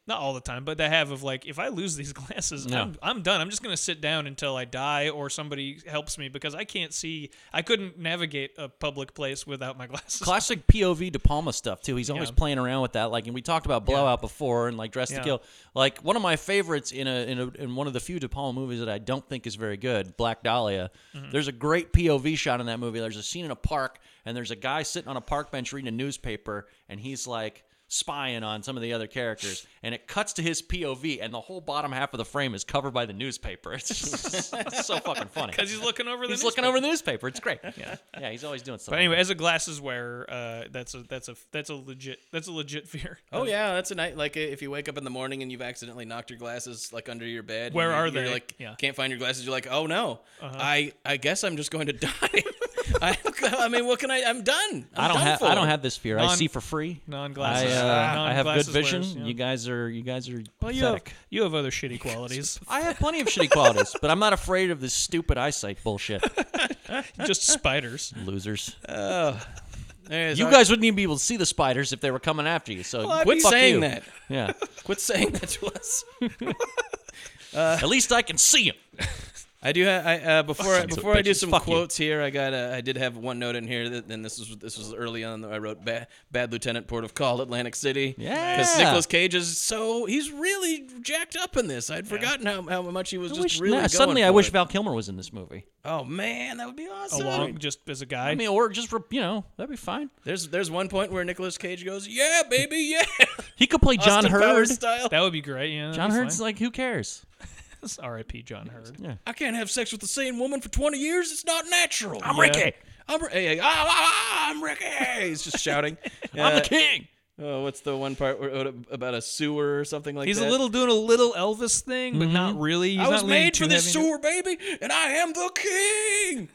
B: not all the time, but I have of like, if I lose these glasses, I'm, I'm done. I'm just going to sit down until I die or somebody helps me because I can't see. I couldn't navigate a public place without my glasses.
C: classic POV De Palma stuff too. He's always
B: Yeah.
C: playing around with that. Like, and we talked about Blowout before, and like Dress
B: Yeah.
C: to Kill. Like one of my favorites in a, in a in one of the few De Palma movies that I don't think is very good, Black Dahlia.
B: Mm-hmm.
C: There's a great POV shot in that movie. There's a scene in a park, and there's a guy sitting on a park bench reading a newspaper, and he's like spying on some of the other characters and it cuts to his POV and the whole bottom half of the frame is covered by the newspaper. It's just it's so fucking funny.
B: Because he's looking over the
C: He's looking
B: newspaper.
C: over the newspaper. It's great. Yeah. Yeah, he's always doing something.
B: But anyway, as a glasses wearer, uh, that's a that's a that's a legit that's a legit fear.
D: Oh yeah, that's a night. Like if you wake up in the morning and you've accidentally knocked your glasses like under your bed.
B: Where
D: and
B: are
D: you're
B: they?
D: Like
B: Yeah.
D: can't find your glasses. You're like, oh no,
C: Uh-huh.
D: I I guess I'm just going to die. I, I mean, what can I? I'm done. I'm
C: I don't
D: done
C: have
D: for.
C: I don't have this fear. I
B: Non-
C: see for free.
B: non-glasses-
C: I,
D: Ah,
C: uh, I have good
B: non-glasses
C: vision.
B: wearers, yeah.
C: You guys are you guys are
B: Well, you have,
C: pathetic.
B: you have other shitty qualities.
C: I have plenty of shitty qualities, but I'm not afraid of this stupid eyesight bullshit.
B: Just spiders.
C: Losers.
D: There's
C: You
D: our-
C: guys wouldn't even be able to see the spiders if they were coming after you. So
D: quit
C: fuck
D: saying
C: you.
D: that.
C: Yeah.
D: Quit saying that to us.
C: At least I can see them.
D: I do. Ha- I uh, before
C: Sons of
D: before I do
C: bitches.
D: some
C: Fuck you.
D: quotes here, I got uh, I did have one note in here, that, and this was this was early on. that I wrote "Bad, Bad Lieutenant, Port of Call, Atlantic City."
C: Yeah.
D: because Nicolas Cage is so he's really jacked up in this. I'd forgotten how, how much he was
C: I
D: just
C: wish-
D: really.
C: nah,
D: going
C: suddenly, I
D: for
C: wish
D: it.
C: Val Kilmer was in this movie.
D: oh man, that would be awesome.
B: along just as a guy.
C: I mean, or just re- you know, that'd be fine.
D: There's there's one point where Nicolas Cage goes, "Yeah, baby, yeah."
C: He could play John
D: Austin Powers
C: Hurd.
D: style.
B: that would be great. Yeah,
C: John Hurd's like, who cares?
B: R.I.P. John Hurd.
D: I can't have sex with the same woman for 20 years. It's not natural. I'm
C: Ricky.
D: I'm, Ri- hey, hey, ah, ah, ah, I'm Ricky. He's just shouting.
C: I'm
D: Uh,
C: the king.
D: Oh, what's the one part where, about a sewer or something like
B: He's
D: that? Mm-hmm.
B: a little doing a little Elvis thing, but not really. He's
D: I was
B: not leaning
D: made for
B: too
D: this
B: heavy into-
D: sewer, baby, and I am the king.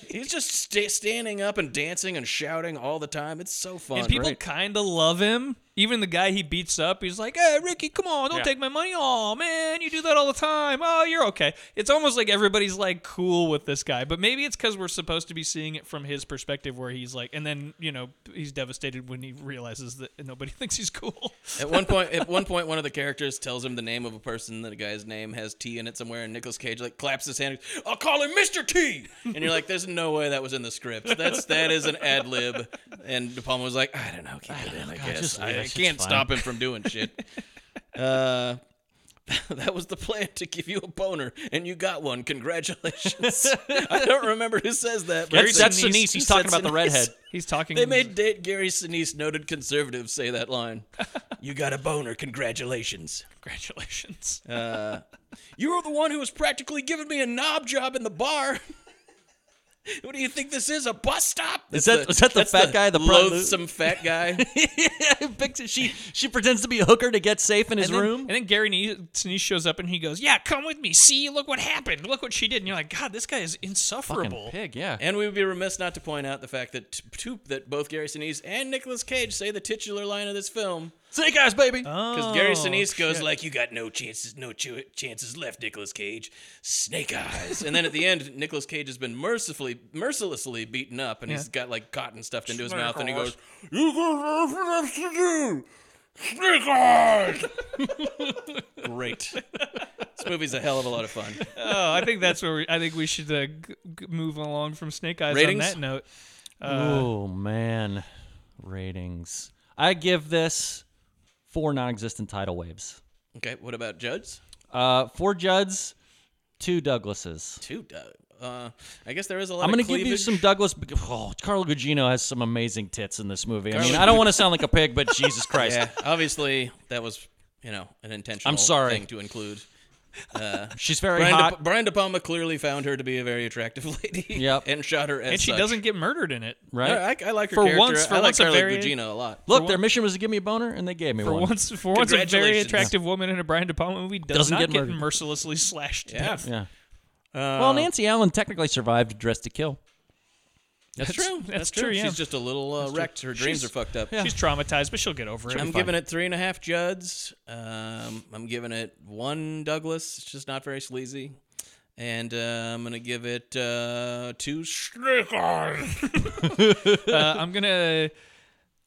D: He's just sta standing up and dancing and shouting all the time. It's so fun.
B: And people kind of love him. Even the guy he beats up, he's like, "Hey, Ricky, come on, don't take my money. Oh man, you do that all the time. Oh, you're okay." It's almost like everybody's like cool with this guy, but maybe it's because we're supposed to be seeing it from his perspective, where he's like, and then you know he's devastated when he realizes that nobody thinks he's cool.
D: At one point, at one point, one of the characters tells him the name of a person. The guy's name has T in it somewhere, and Nicolas Cage like claps his hand. I'll call him Mr. T. And you're like, "There's no way that was in the script. That's that is an ad lib." And De Palma was like, "I don't know, keep it in. I guess
C: just
D: I,
C: leave it.
D: I
C: It's
D: can't
C: fine."
D: stop him from doing shit." Uh, that was the plan to give you a boner, and you got one. Congratulations. I don't remember who says that. but
C: That's, that's Sinise. He's talking about the
D: Sinise.
C: redhead.
B: He's talking.
D: They made da- Gary Sinise, noted conservative, say that line. you got a boner. Congratulations.
B: congratulations.
D: You were the one who was practically giving me a knob job in the bar. what do you think this is? A bus stop?
C: Is
D: That's
C: that- is that the
D: that's
C: fat guy, the pro-
D: loathsome fat guy?
C: Picks it- she she pretends to be a hooker to get safe in his
B: and then,
C: room.
B: and then Gary Nee- Sinise shows up and he goes, "Yeah, come with me. See, look what happened. Look what she did." And you're like, "God, this guy is insufferable."
C: pig, yeah.
D: and we would be remiss not to point out the fact that t- two, that both Gary Sinise and Nicolas Cage say the titular line of this film.
C: Snake eyes, baby.
D: Because Gary Sinise goes like, "You got no chances, no ch- chances left, Nicolas Cage. Snake eyes." and then at the end, Nicolas Cage has been mercifully, mercilessly beaten up, and he's got like cotton stuffed into his mouth, and he goes, "You got nothing else to do. Snake eyes." Great. This movie's a hell of a lot of fun.
B: Oh, I think that's where we, I think we should uh, g- g- move along from Snake Eyes
D: Ratings?
B: on that note.
C: oh man, ratings. I give this four non-existent tidal waves.
D: Okay, what about Judds?
C: Uh, four Judds, two Douglases.
D: Two. uh, Uh, I guess there is a lot.
C: I'm
D: going
C: gonna
D: to
C: give you some Douglas. Oh, Carlo Gugino has some amazing tits in this movie. I mean,
D: Carlo
C: I don't want to sound like a pig, but Jesus Christ,
D: Yeah, obviously that was you know an intentional
C: sorry.
D: thing to include.
C: she's very
D: Brian,
C: hot.
D: De, Brian De Palma clearly found her to be a very attractive lady.
C: Yep.
D: And shot her as
B: And she
D: such.
B: doesn't get murdered in it.
C: right?
D: No, I, I like her
B: For
D: character.
B: once- for
D: I like
B: once a
D: Carla
B: very-
D: Gugino a lot.
C: Look, their mission was to give me a boner, and they gave me
B: For
C: one.
B: once, for once, a very
D: Congratulations.
B: attractive woman in a Brian De Palma movie does
C: Doesn't
B: not
C: get
B: get,
C: murdered.
B: mercilessly slashed to
D: Yeah.
B: death.
C: Yeah.
D: Uh,
C: well, Nancy Allen technically survived Dressed to Kill.
D: That's, true.
B: That's true, yeah.
D: She's just a little uh, wrecked. Her dreams are fucked up.
B: She's traumatized, but she'll get over it.
D: I'm giving it three and a half Judds. Um, I'm giving it one Douglas. It's just not very sleazy. And uh, I'm going to give it uh, two Snake Eyes.
B: Uh, I'm gonna,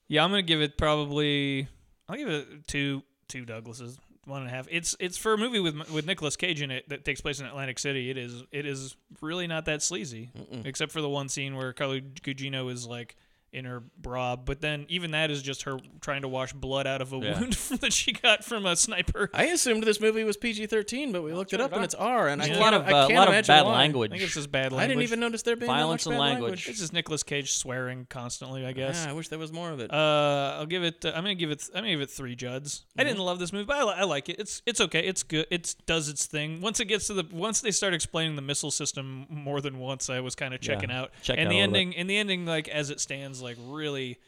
B: yeah, I'm gonna give it probably. I'll give it two, two Douglases, one and a half. It's it's for a movie with with Nicolas Cage in it that takes place in Atlantic City. It is it is really not that sleazy, except for the one scene where Carlo Gugino is like in her bra, but then even that is just her trying to wash blood out of a wound that she got from a sniper.
D: I assumed this movie was PG 13, but we looked it up and it's R. And I
C: There's
D: can't,
C: a lot of,
D: I
C: uh,
D: can't
C: lot of
D: imagine
C: bad
D: why.
B: I
C: language.
B: think it's just bad language.
D: I didn't even notice there being that
C: Violence
D: much
C: and
D: bad
C: language.
B: It's just Nicolas Cage swearing constantly, I guess.
D: Yeah, I wish there was more of it.
B: Uh, I'll give it. Uh, I'm gonna give it. I'm gonna give it three Juds. I
C: Mm-hmm.
B: didn't love this movie, but I, li- I like it. It's it's okay. It's good. It does its thing. Once it gets to the once they start explaining the missile system more than once, I was kind of checking out.
C: check
B: and
C: out
B: the
C: a little
B: ending. And the ending, like as it stands, like really,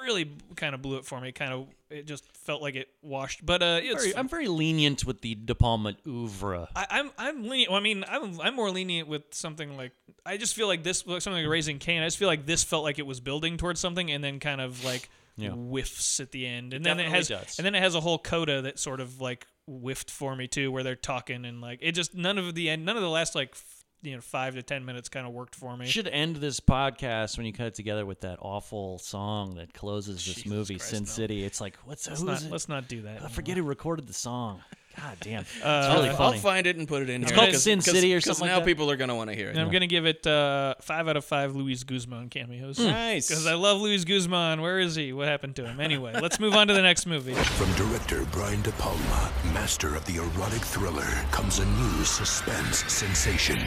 B: really kind of blew it for me. Kind of it just felt like it washed. But uh, it's.
C: Very- I'm very lenient with the De Palma oeuvre.
B: I, I'm I'm lenient. Well, I mean, I'm I'm more lenient with something like I just feel like this, like something like Raising Cain. I just feel like this felt like it was building towards something, and then kind of like whiffs at the end, and then it
C: definitely
B: has
C: does.
B: and then it has a whole coda that sort of like whiffed for me too, where they're talking and like it just none of the end, none of the last like f- you know five to ten minutes kind of worked for me.
C: should end this podcast when you cut it together with that awful song that closes this movie, Sin City. It's like, what's
B: let's
C: who
B: not
C: is it?
B: let's not do that.
C: I forget who recorded the song. God damn.
B: Uh,
C: it's really funny.
D: I'll find it and put it in here.
C: called
D: because-
C: Sin
D: because-
C: City or
D: because
C: something like
D: now
C: that.
D: people are gonna want to hear it.
B: And I'm gonna give it uh, five out of five Luis Guzman cameos.
D: Nice.
B: Because I love Luis Guzman. Where is he? What happened to him? Anyway, let's move on to the next movie.
K: From director Brian De Palma, master of the erotic thriller, comes a new suspense sensation.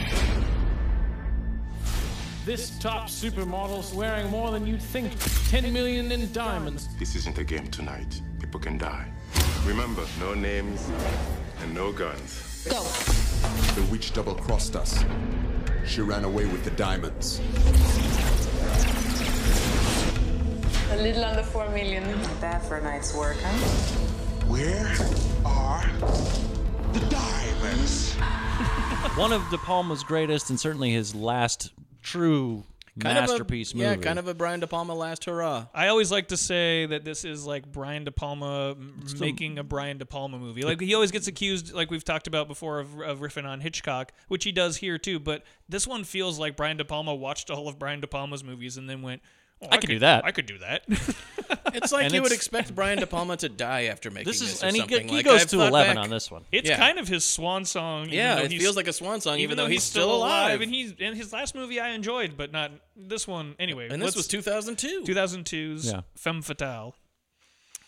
L: This top supermodel's wearing more than you'd think. 10 million in diamonds.
M: This isn't a game tonight. People can die. Remember, no names and no guns.
L: Go.
M: The witch double crossed us. She ran away with the diamonds.
N: A little under four million. Not bad for a night's work, huh?
M: Where are the diamonds?
C: One of De Palma's greatest and certainly his last true masterpiece
D: of a,
C: movie.
D: Yeah, kind of a Brian De Palma last hurrah.
B: I always like to say that this is like Brian De Palma m-
D: the-
B: making a Brian De Palma movie. Like he always gets accused, like we've talked about before, of, of riffing on Hitchcock, which he does here too. But this one feels like Brian De Palma watched all of Brian De Palma's movies and then went, oh,
C: I could do that."
B: I could do that."
D: It's like
C: And
D: you would
C: it's-
D: expect Brian De Palma to die after making this.
C: This is-
D: or
C: and he
D: something.
C: g- he
D: Like,
C: goes
D: I've
C: to
D: thought
C: 11
D: back-
C: on this one.
B: It's
D: Yeah.
B: kind of his swan song. even
D: Yeah,
B: though
D: it
B: he's-
D: feels like a swan song, even though he's still alive.
B: And he's and his last movie I enjoyed, but not this one. Anyway,
D: And this
B: let's-
D: was 2002.
B: 2002's
D: Yeah.
B: Femme Fatale.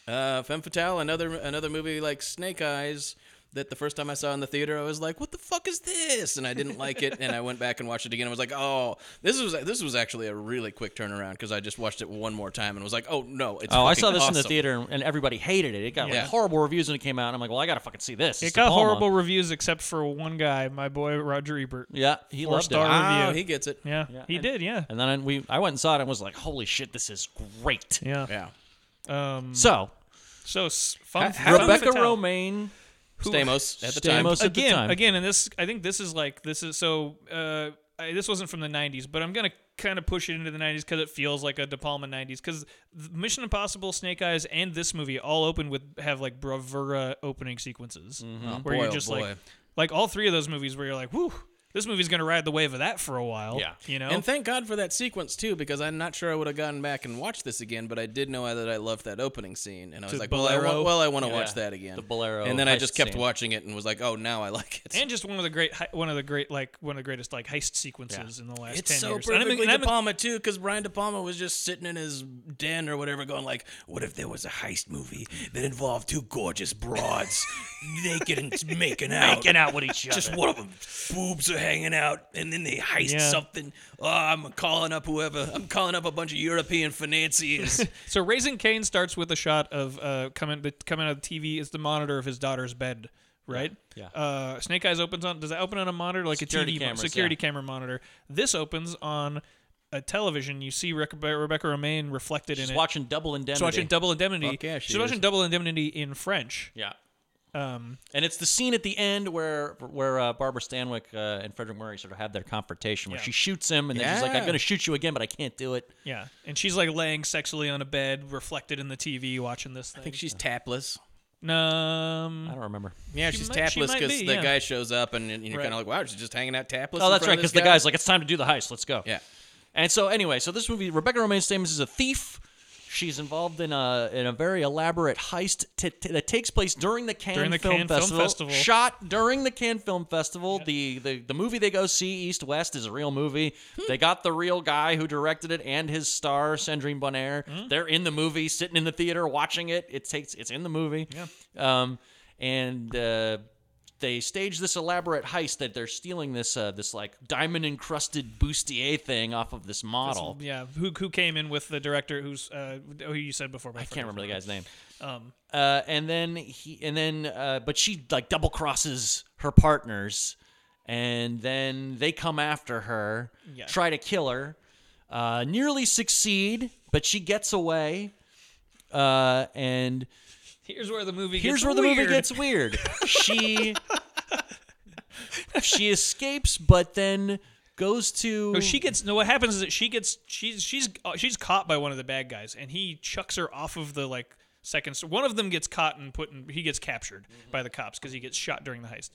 D: Uh, Femme Fatale, another another movie like Snake Eyes. That the first time I saw in the theater, I was like, "What the fuck is this?" And I didn't like it, and I went back and watched it again. I was like, "Oh, this was this was actually a really quick turnaround because I just watched it one more time and was like, oh no, it's
C: oh, I saw
D: fucking
C: this in the
D: awesome.
C: theater and, and everybody hated it. It got
D: Yeah.
C: like horrible reviews when it came out. And I'm like, well, I gotta fucking see this.
B: It
C: It's
B: got
C: De Palma.
B: horrible reviews except for one guy, my boy Roger Ebert.
C: Yeah, he
B: Four
C: loved
B: star
C: it.
B: review.
D: he gets it.
B: Yeah, he did. Yeah.
C: And then I- we, I went and saw it and was like, holy shit, this is great.
B: Yeah.
D: Yeah.
B: Um,
C: So,
B: so s- fun,
C: How-
B: fun
C: Rebecca
B: fatale.
C: Romaine-
B: Who-
D: Stamos at the time. Stamos at the
B: again,
D: time.
B: again, and this I think this is like this is so. Uh, I, this wasn't from the '90s, but I'm gonna kind of push it into the '90s because it feels like a De Palma '90s. Because Mission Impossible, Snake Eyes, and this movie all open with have like bravura opening sequences
D: Oh,
B: where
D: boy,
B: you're
D: oh,
B: just
D: boy.
B: like, like all three of those movies where you're like, whew, this movie's gonna ride the wave of that for a while.
D: Yeah.
B: you know.
D: And thank God for that sequence too, because I'm not sure I would have gone back and watched this again, but I did know that I loved that opening scene, and I was
B: The
D: like, well, I wa-
B: bolero.
D: well, I want to
B: Yeah.
D: watch that again.
B: The bolero
D: And then I just
B: heist
D: kept
B: scene.
D: watching it and was like, oh, now I like it.
B: and just one of the great, hi- one of the great, like one of the greatest like heist sequences in the last
D: It's
B: ten
D: so
B: years. And I'm-
D: perfectly
B: and I'm-
D: De Palma too, because Brian De Palma was just sitting in his den or whatever, going like, "What if there was a heist movie that involved two gorgeous broads, naked and making out,
O: Making out with each
D: Just
O: other.
D: one of them boobs are hanging out, and then they heist
B: Yeah.
D: something. Oh, I'm calling up whoever. I'm calling up a bunch of European financiers.
B: so raising Cain starts with a shot of uh, coming the coming out of the TV is the monitor of his daughter's bed, right?
C: Yeah.
B: Uh, Snake Eyes opens on does that open on a monitor like
C: Security
B: a TV mo-
C: cameras,
B: security
C: yeah.
B: camera monitor? This opens on a television. You see Rec- Rebecca Romaine reflected
C: She's
B: in it.
C: watching Double
B: She's
C: Indemnity.
B: watching Double Indemnity.
C: Fuck yeah, she
B: She's
C: is.
B: watching Double Indemnity in French.
C: Yeah.
B: Um,
C: And it's the scene at the end where where uh, Barbara Stanwyck uh, and Frederick Murray sort of have their confrontation where
B: Yeah.
C: she shoots him and then she's like,
B: Yeah.
C: I'm going to shoot you again, but I can't do it.
B: yeah, and she's like laying sexually on a bed, reflected in the TV, watching this thing. I think
D: she's tapless.
B: Um,
C: I don't remember.
D: Yeah,
B: she
D: she's
B: might- she
D: tapless
B: might
D: because
B: be,
D: the
B: yeah.
D: guy shows up, and, and you're
B: Right.
D: kind of like, "Wow, she's just hanging out tapless."
C: Oh,
D: in
C: that's
D: front
C: right.
D: of
C: Because
D: this
C: the
D: guy?
C: guy's like, it's time to do the heist. Let's go.
D: Yeah.
C: And so, anyway, so this movie, Rebecca Romaine's Stamos is a thief. She's involved in a in a very elaborate heist t- t- that takes place during the Cannes,
B: During the
C: Film,
B: Cannes Film
C: Festival,
B: Festival.
C: Shot during the Cannes Film Festival. The, the the movie they go see, East West, is a real movie.
B: Hmm.
C: They got the real guy who directed it and his star, Sandrine Bonnaire.
B: Hmm.
C: They're in the movie, sitting in the theater, watching it. It takes it's in the movie.
B: Yeah.
C: Um, and uh, they stage this elaborate heist that they're stealing this uh, this like diamond encrusted bustier thing off of this model.
B: This- yeah, who who came in with the director who's uh, who you said before? but
C: I can't
B: forgot
C: remember the
B: his
C: guy's name.
B: Um,
C: Uh, and then he and then uh, but she like double crosses her partners, and then they come after her,
B: Yeah.
C: try to kill her, uh, nearly succeed, but she gets away, uh, and.
B: Here's where the movie.
C: Here's
B: gets
C: where the
B: weird.
C: movie gets weird. She she escapes, but then goes to
B: No, she gets. No, what happens is that she gets. She's she's uh, she's caught by one of the bad guys, and he chucks her off of the like second. So one of them gets caught and put in. He gets captured
C: Mm-hmm.
B: by the cops because he gets shot during the heist.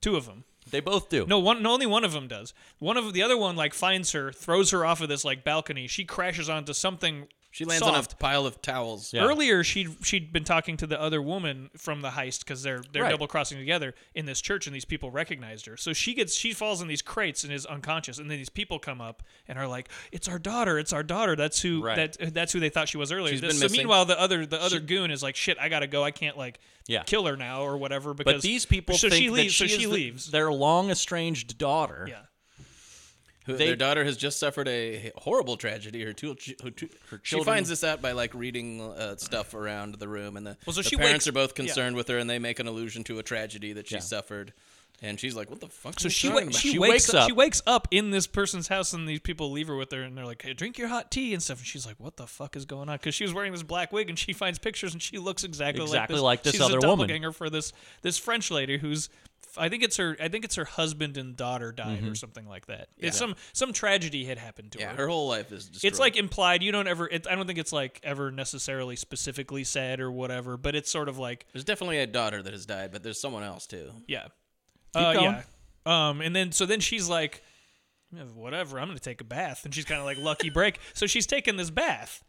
B: Two of them.
C: They both do.
B: No one. No, only one of them does. One of the other one like finds her, throws her off of this like balcony. She crashes onto something.
D: She lands
B: Soft.
D: on a pile of towels.
B: Earlier, she she'd been talking to the other woman from the heist because they're they're
D: Right.
B: double crossing together in this church, and these people recognized her. So she gets she falls in these crates and is unconscious, and then these people come up and are like, "It's our daughter! It's our daughter!" That's who
D: Right.
B: that that's who they thought she was earlier.
D: She's
B: so
D: been missing.
B: meanwhile, the other the other goon is like, "Shit, I gotta go. I can't like
C: Yeah.
B: kill her now or whatever." Because
C: But these people
B: so
C: think
B: she leaves.
C: that
B: so
C: she,
B: she
C: is the-
B: leaves.
C: their long estranged daughter.
B: Yeah.
D: Who,
C: They-
D: their daughter has just suffered a horrible tragedy. Her, two, her, two, she
C: children-
D: finds this out by like reading uh, stuff around the room, and the,
B: Well, so
D: the
B: she
D: parents
B: wakes-
D: are both
B: yeah.
D: concerned with her, and they make an allusion to a tragedy that she
B: Yeah.
D: suffered, and she's like, "What the fuck?"
B: So
D: are you
B: she,
D: talking
B: wa-
D: about?"
B: she, wakes, up. She wakes up in this person's house, and these people leave her with her, and they're like, "Hey, drink your hot tea and stuff." And she's like, "What the fuck is going on?" Because she was wearing this black wig, and she finds pictures, and she looks exactly,
C: Exactly
B: like this,
C: like this
B: she's
C: other
B: a
C: woman.
B: doppelganger for this this French lady who's. I think it's her. I think it's her husband and daughter died or
C: Mm-hmm.
D: Mhm.
B: something like that.
D: Yeah.
B: It's some some tragedy had happened to
D: Yeah,
B: her.
D: her whole life is
B: It's
D: destroyed.
B: like implied. You don't ever. It, I don't think it's like ever necessarily specifically said or whatever. But it's sort of like
D: there's definitely a daughter that has died, but there's someone else too.
B: yeah.
D: Keep
B: uh,
D: going.
B: Yeah. Um, and then so then she's like, "Yeah, whatever, I'm gonna take a bath, and she's kind of like lucky break. So she's taking this bath,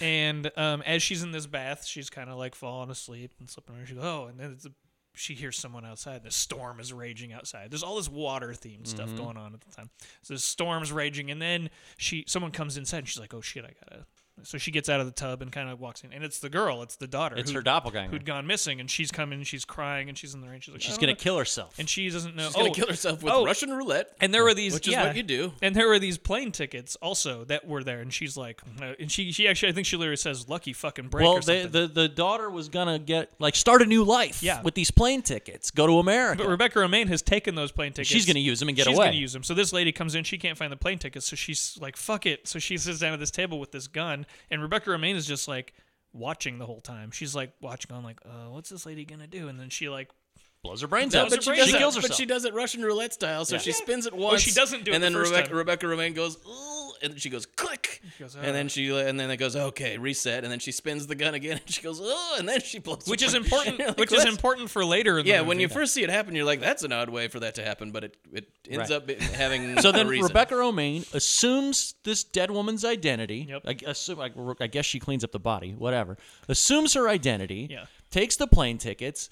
B: and um, as she's in this bath, she's kind of like falling asleep and slipping. Over. She goes, oh, and then it's a, she hears someone outside. The storm is raging outside. There's all this water themed stuff
C: Mhm.
B: going on at the time. So the storm's raging, and then she someone comes inside, and she's like, oh shit, I gotta. So she gets out of the tub and kind of walks in, and it's the girl, it's the daughter,
C: It's
B: who-
C: her doppelganger.
B: who'd gone missing, and she's coming, she's crying, and she's in the rain. She's like,
C: She's
B: "I don't
C: gonna
B: know."
C: kill herself.
B: and she doesn't know.
D: She's gonna
B: oh,
D: kill herself with
B: oh,
D: Russian roulette,
B: and there were these,
D: which is
B: yeah.
D: what you do.
B: And there were these plane tickets also that were there, and she's like, uh, and she she actually I think she literally says, "Lucky fucking break."
C: well,
B: or
C: they,
B: something.
C: the the daughter was gonna get like start a new life.
B: Yeah.
C: with these plane tickets, go to America.
B: but Rebecca Romaine has taken those plane tickets.
C: She's gonna use 'em and get
B: she's
C: away.
B: She's gonna use them. So this lady comes in, she can't find the plane tickets, so she's like, "Fuck it!" So she sits down at this table with this gun, and Rebecca Romaine is just like watching the whole time. She's like watching on like, uh, "What's this lady gonna do?" And then she like
C: blows her brains
B: blows
C: out.
B: her
C: But
B: brains
C: she
B: out.
C: kills herself.
D: But she does it Russian roulette style, so
C: Yeah.
D: she
C: Yeah.
D: spins it
B: Well,
D: once.
B: she doesn't do it
D: And
B: the
D: then
B: first
D: Rebecca,
B: time.
D: Rebecca Romaine goes, "Ooh," and she goes, click.
B: goes, "Ah."
D: and then she, and then it goes, okay, reset. And then she spins the gun again, and she goes, oh, and then she blows.
B: Which
D: her
B: is
D: brains-
B: important-
D: You're like,
B: which is
D: "What?"
B: important for later in the
D: yeah, when
B: movie.
D: you first see it happen, you're like, that's an odd way for that to happen, but it it ends
C: Right.
D: up be- having.
C: so
D: a
C: then
D: reason.
C: Rebecca Romaine assumes this dead woman's identity. I, assume, I, I guess she cleans up the body, whatever. Assumes her identity.
B: Yeah.
C: Takes the plane tickets,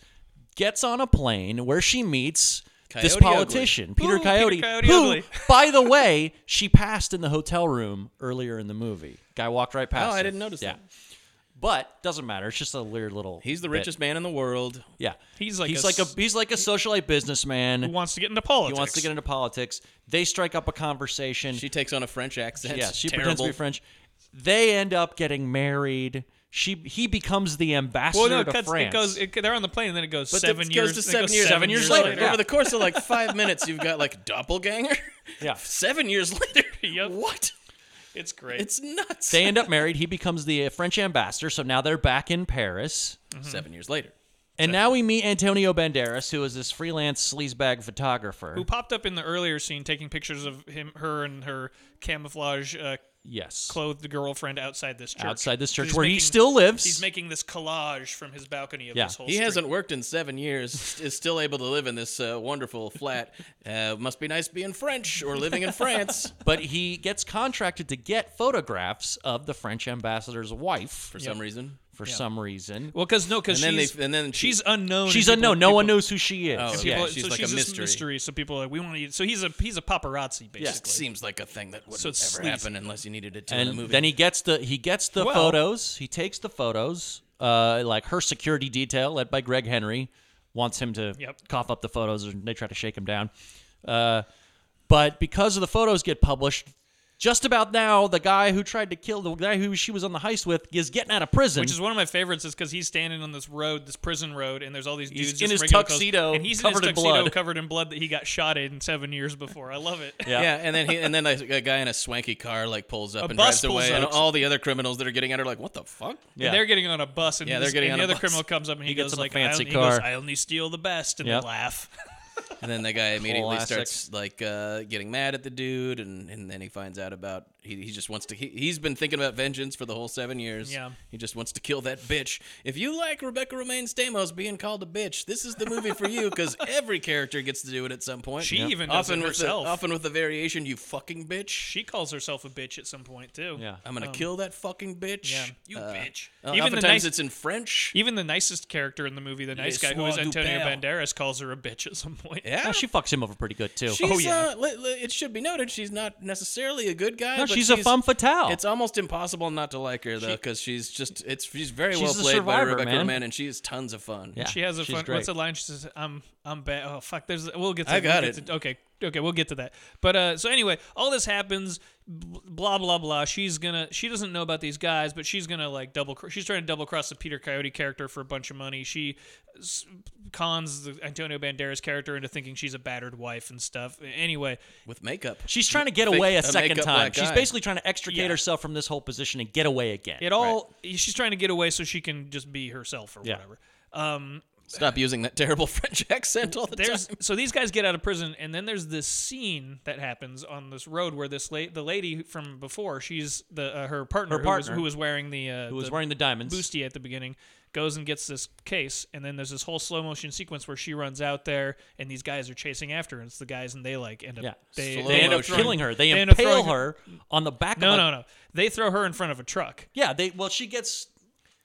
C: gets on a plane where she meets this
D: Coyote
C: politician,
D: Ugly.
C: Peter
D: Ooh, Peter
C: Coyote,
D: Coyote
C: who,
D: Ugly.
C: by the way, she passed in the hotel room earlier in the movie. Guy walked right past.
D: Oh, I
C: her.
D: didn't notice
C: Yeah.
D: that.
C: But doesn't matter. It's just a weird little.
D: He's the
C: bit.
D: richest man in the world.
C: Yeah,
B: He's like
C: he's
B: a
C: like a
B: s-
C: he's like a socialite businessman
B: who wants to get into politics.
C: He wants to get into politics. They strike up a conversation.
D: She takes on a French accent.
C: Yeah, she
D: Terrible.
C: pretends to be French. They end up getting married. She he becomes the ambassador
B: Well, no, it
C: to
B: cuts.
C: France.
B: It goes. It, they're on the plane, and then it goes
D: But it
B: seven
D: goes
B: years.
D: to
B: it
D: seven years.
B: seven years
D: later.
B: later.
D: Over the course of like five minutes, you've got like doppelganger.
C: Yeah.
D: Seven years later. What?
B: It's great.
D: It's nuts.
C: they end up married. He becomes the uh, French ambassador. So now they're back in Paris.
B: Mm-hmm.
D: Seven years later.
C: And now we meet Antonio Banderas, who is this freelance sleazebag photographer.
B: who popped up in the earlier scene taking pictures of him, her, and her camouflage. Uh,
C: Yes.
B: clothed girlfriend outside this church.
C: Outside this
B: So
C: church
B: he's
C: where he
B: making-
C: still lives.
B: He's making this collage from his balcony of
C: Yeah.
B: this whole.
D: He
B: street.
D: hasn't worked in seven years. Is still able to live in this uh, wonderful flat. Uh, must be nice being French or living in France.
C: but he gets contracted to get photographs of the French ambassador's wife for
D: some reason.
C: For some reason.
B: Well, because no, because
D: And then they-
B: she's
D: and then she-
B: she's unknown.
C: She's
B: and people-
C: unknown. No one
B: people-
C: knows who she is.
D: Oh,
B: and
D: yeah,
B: people-
D: she's
B: so
D: like a
B: she's this
D: mystery.
B: So people are like, we want to. So he's a he's a paparazzi basically.
D: Yeah, it seems like a thing that would
B: So
D: not
B: it's
D: ever
B: sleazy.
D: happen unless you needed it to in a
C: and
D: movie.
C: then he gets the he gets the
D: Well-
C: photos. He takes the photos. Uh, like her security detail, led by Greg Henry, wants him to
B: Yep.
C: cough up the photos, and they try to shake him down. Uh, but because of the photos get published, just about now, the guy who tried to kill the guy who she was on the heist with is getting out of prison.
B: Which is one of my favorites, is because he's standing on this road, this prison road, and there's all these
C: He's
B: dudes
C: in
B: just
C: his
B: regular clothes,
C: tuxedo
B: and he's
C: covered
B: in
C: in
B: his tuxedo
C: blood.
B: covered in blood that he got shot in seven years before. I love it.
D: Yeah. and then he, and then like, a guy in a swanky car like pulls up
B: A
D: and
B: bus
D: drives
B: pulls
D: away, and
B: up.
D: all the other criminals that are getting out are like, "What the fuck?"
B: And they're getting on a bus, and,
D: Yeah,
B: this-
D: they're getting
B: and
D: on
B: the
D: a
B: other
D: bus.
B: criminal comes up and he,
C: He gets
B: goes
C: in a
B: like,
C: fancy
B: I, only- he goes,
C: car.
B: I only steal the best, and
C: Yep.
B: they laugh.
D: And then the guy immediately
C: Classic.
D: starts like uh, getting mad at the dude, and, and then he finds out about he, he just wants to. He, he's been thinking about vengeance for the whole seven years.
B: Yeah.
D: he just wants to kill that bitch. If you like Rebecca Romaine Stamos being called a bitch, this is the movie for you because every character gets to do it at some point.
B: She even does it
D: with the-
B: herself.
D: often with the variation, "You fucking bitch." She
B: calls herself a bitch at some point too.
D: Yeah. I'm gonna kill that fucking bitch.
B: Um, Yeah. You
D: Uh,
B: bitch.
D: uh, oftentimes it's in French.
B: Even the nicest character in the movie, the
D: Les
B: nice guy who is
D: soirs du
B: Antonio
D: père.
B: Banderas, calls her a bitch at some point.
D: Yeah.
C: she fucks him over pretty good too.
D: She's, uh, li- li- it should be noted she's not necessarily a good guy.
C: No,
D: but
C: she's a femme fatale.
D: It's almost impossible not to like her though, because she's just it's she's very
C: She's
D: well
C: the
D: played
C: survivor,
D: by Rebecca
C: man.
D: Romaine, and she is tons of fun.
B: She has a
D: She's
B: fun.
D: great.
B: What's the line? She says, "I'm I'm bad." Oh fuck! There's we'll get. To,
D: I
B: we'll
D: got
B: get
D: it.
B: to- okay, okay, we'll get to that. But uh, so anyway, all this happens. bl- Blah blah blah. She's gonna. She doesn't know about these guys, but she's gonna like double. cr- She's trying to double cross the Peter Coyote character for a bunch of money. She s- cons the Antonio Banderas character into thinking she's a battered wife and stuff. Anyway,
D: with makeup,
C: She's trying to get away a second time. She's basically trying to extricate herself from this whole position and get away again.
B: It all. She's trying to get away so she can just be herself or
C: Yeah.
B: whatever. Um,
D: Stop using that terrible French accent all the
B: there's,
D: time.
B: So these guys get out of prison, and then there's this scene that happens on this road where this la- the lady from before, she's the uh, her partner,
C: Her
B: who,
C: partner.
B: was, who was wearing the uh,
C: Who was wearing the diamonds.
B: bustier at the beginning, goes and gets this case, and then there's this whole slow motion sequence where she runs out there, and these guys are chasing after, her, and it's the guys, and they like end up
C: Yeah.
B: they,
C: Slow motion. Killing her. They impale
B: throwing
C: her on the back of
B: No,
C: a-
B: no, no. They throw her in front of a truck.
C: Yeah, they well she gets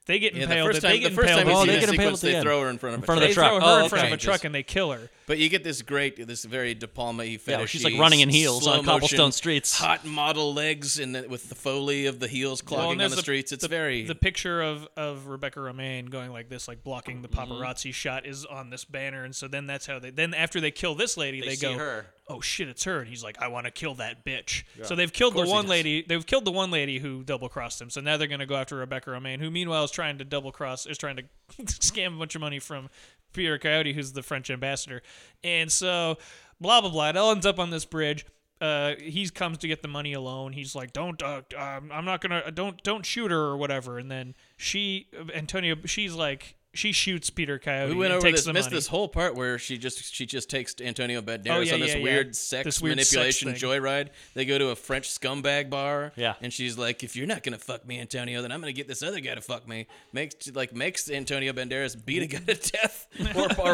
B: They get
D: Yeah,
B: impaled.
D: the first
B: they
D: time-
B: get
D: the first
B: impaled at
D: time you
B: the
D: see
B: end.
D: the sequence, they throw her in front of a
B: They
D: truck.
B: throw her in front of a truck, and they kill her.
D: But you get this great, this very De Palma fetish.
C: Yeah, well, she's like running in heels on cobblestone streets.
D: Hot model legs and the, with the foley of the heels
B: Well,
D: clogging
B: and
D: on
B: there's
D: the streets. It's
B: the,
D: very
B: the picture of of Rebecca Romaine going like this, like blocking the
D: Mm-hmm.
B: paparazzi shot, is on this banner, and so then that's how they. Then after they kill this lady,
C: They
B: they,
C: see
B: go,
C: her.
B: "Oh shit, it's her!" And he's like, "I want to kill that bitch."
C: Yeah.
B: So they've killed
C: Of
B: the
C: course he
B: one
C: does.
B: lady. They've killed the one lady who double crossed him. So now they're gonna go after Rebecca Romaine, who meanwhile is trying to double cross, is trying to scam a bunch of money from Pierre Coyote, who's the French ambassador, and so blah blah blah. It all ends up on this bridge uh, he comes to get the money alone. He's like, "Don't, uh, um, I'm not gonna, uh, don't, don't shoot her or whatever." And then she, Antonio, she's like, she shoots Peter Coyote.
D: We went
B: and
D: over
B: takes
D: this,
B: the
D: missed
B: money.
D: this whole part where she just she just takes Antonio Banderas
B: Oh, yeah,
D: on this
B: yeah, yeah.
D: weird sex
B: This weird sex
D: manipulation
B: thing.
D: joyride. They go to a French scumbag bar,
C: Yeah.
D: and she's like, "If you're not gonna fuck me, Antonio, then I'm gonna get this other guy to fuck me." Makes like makes Antonio Banderas beat a guy to death, or,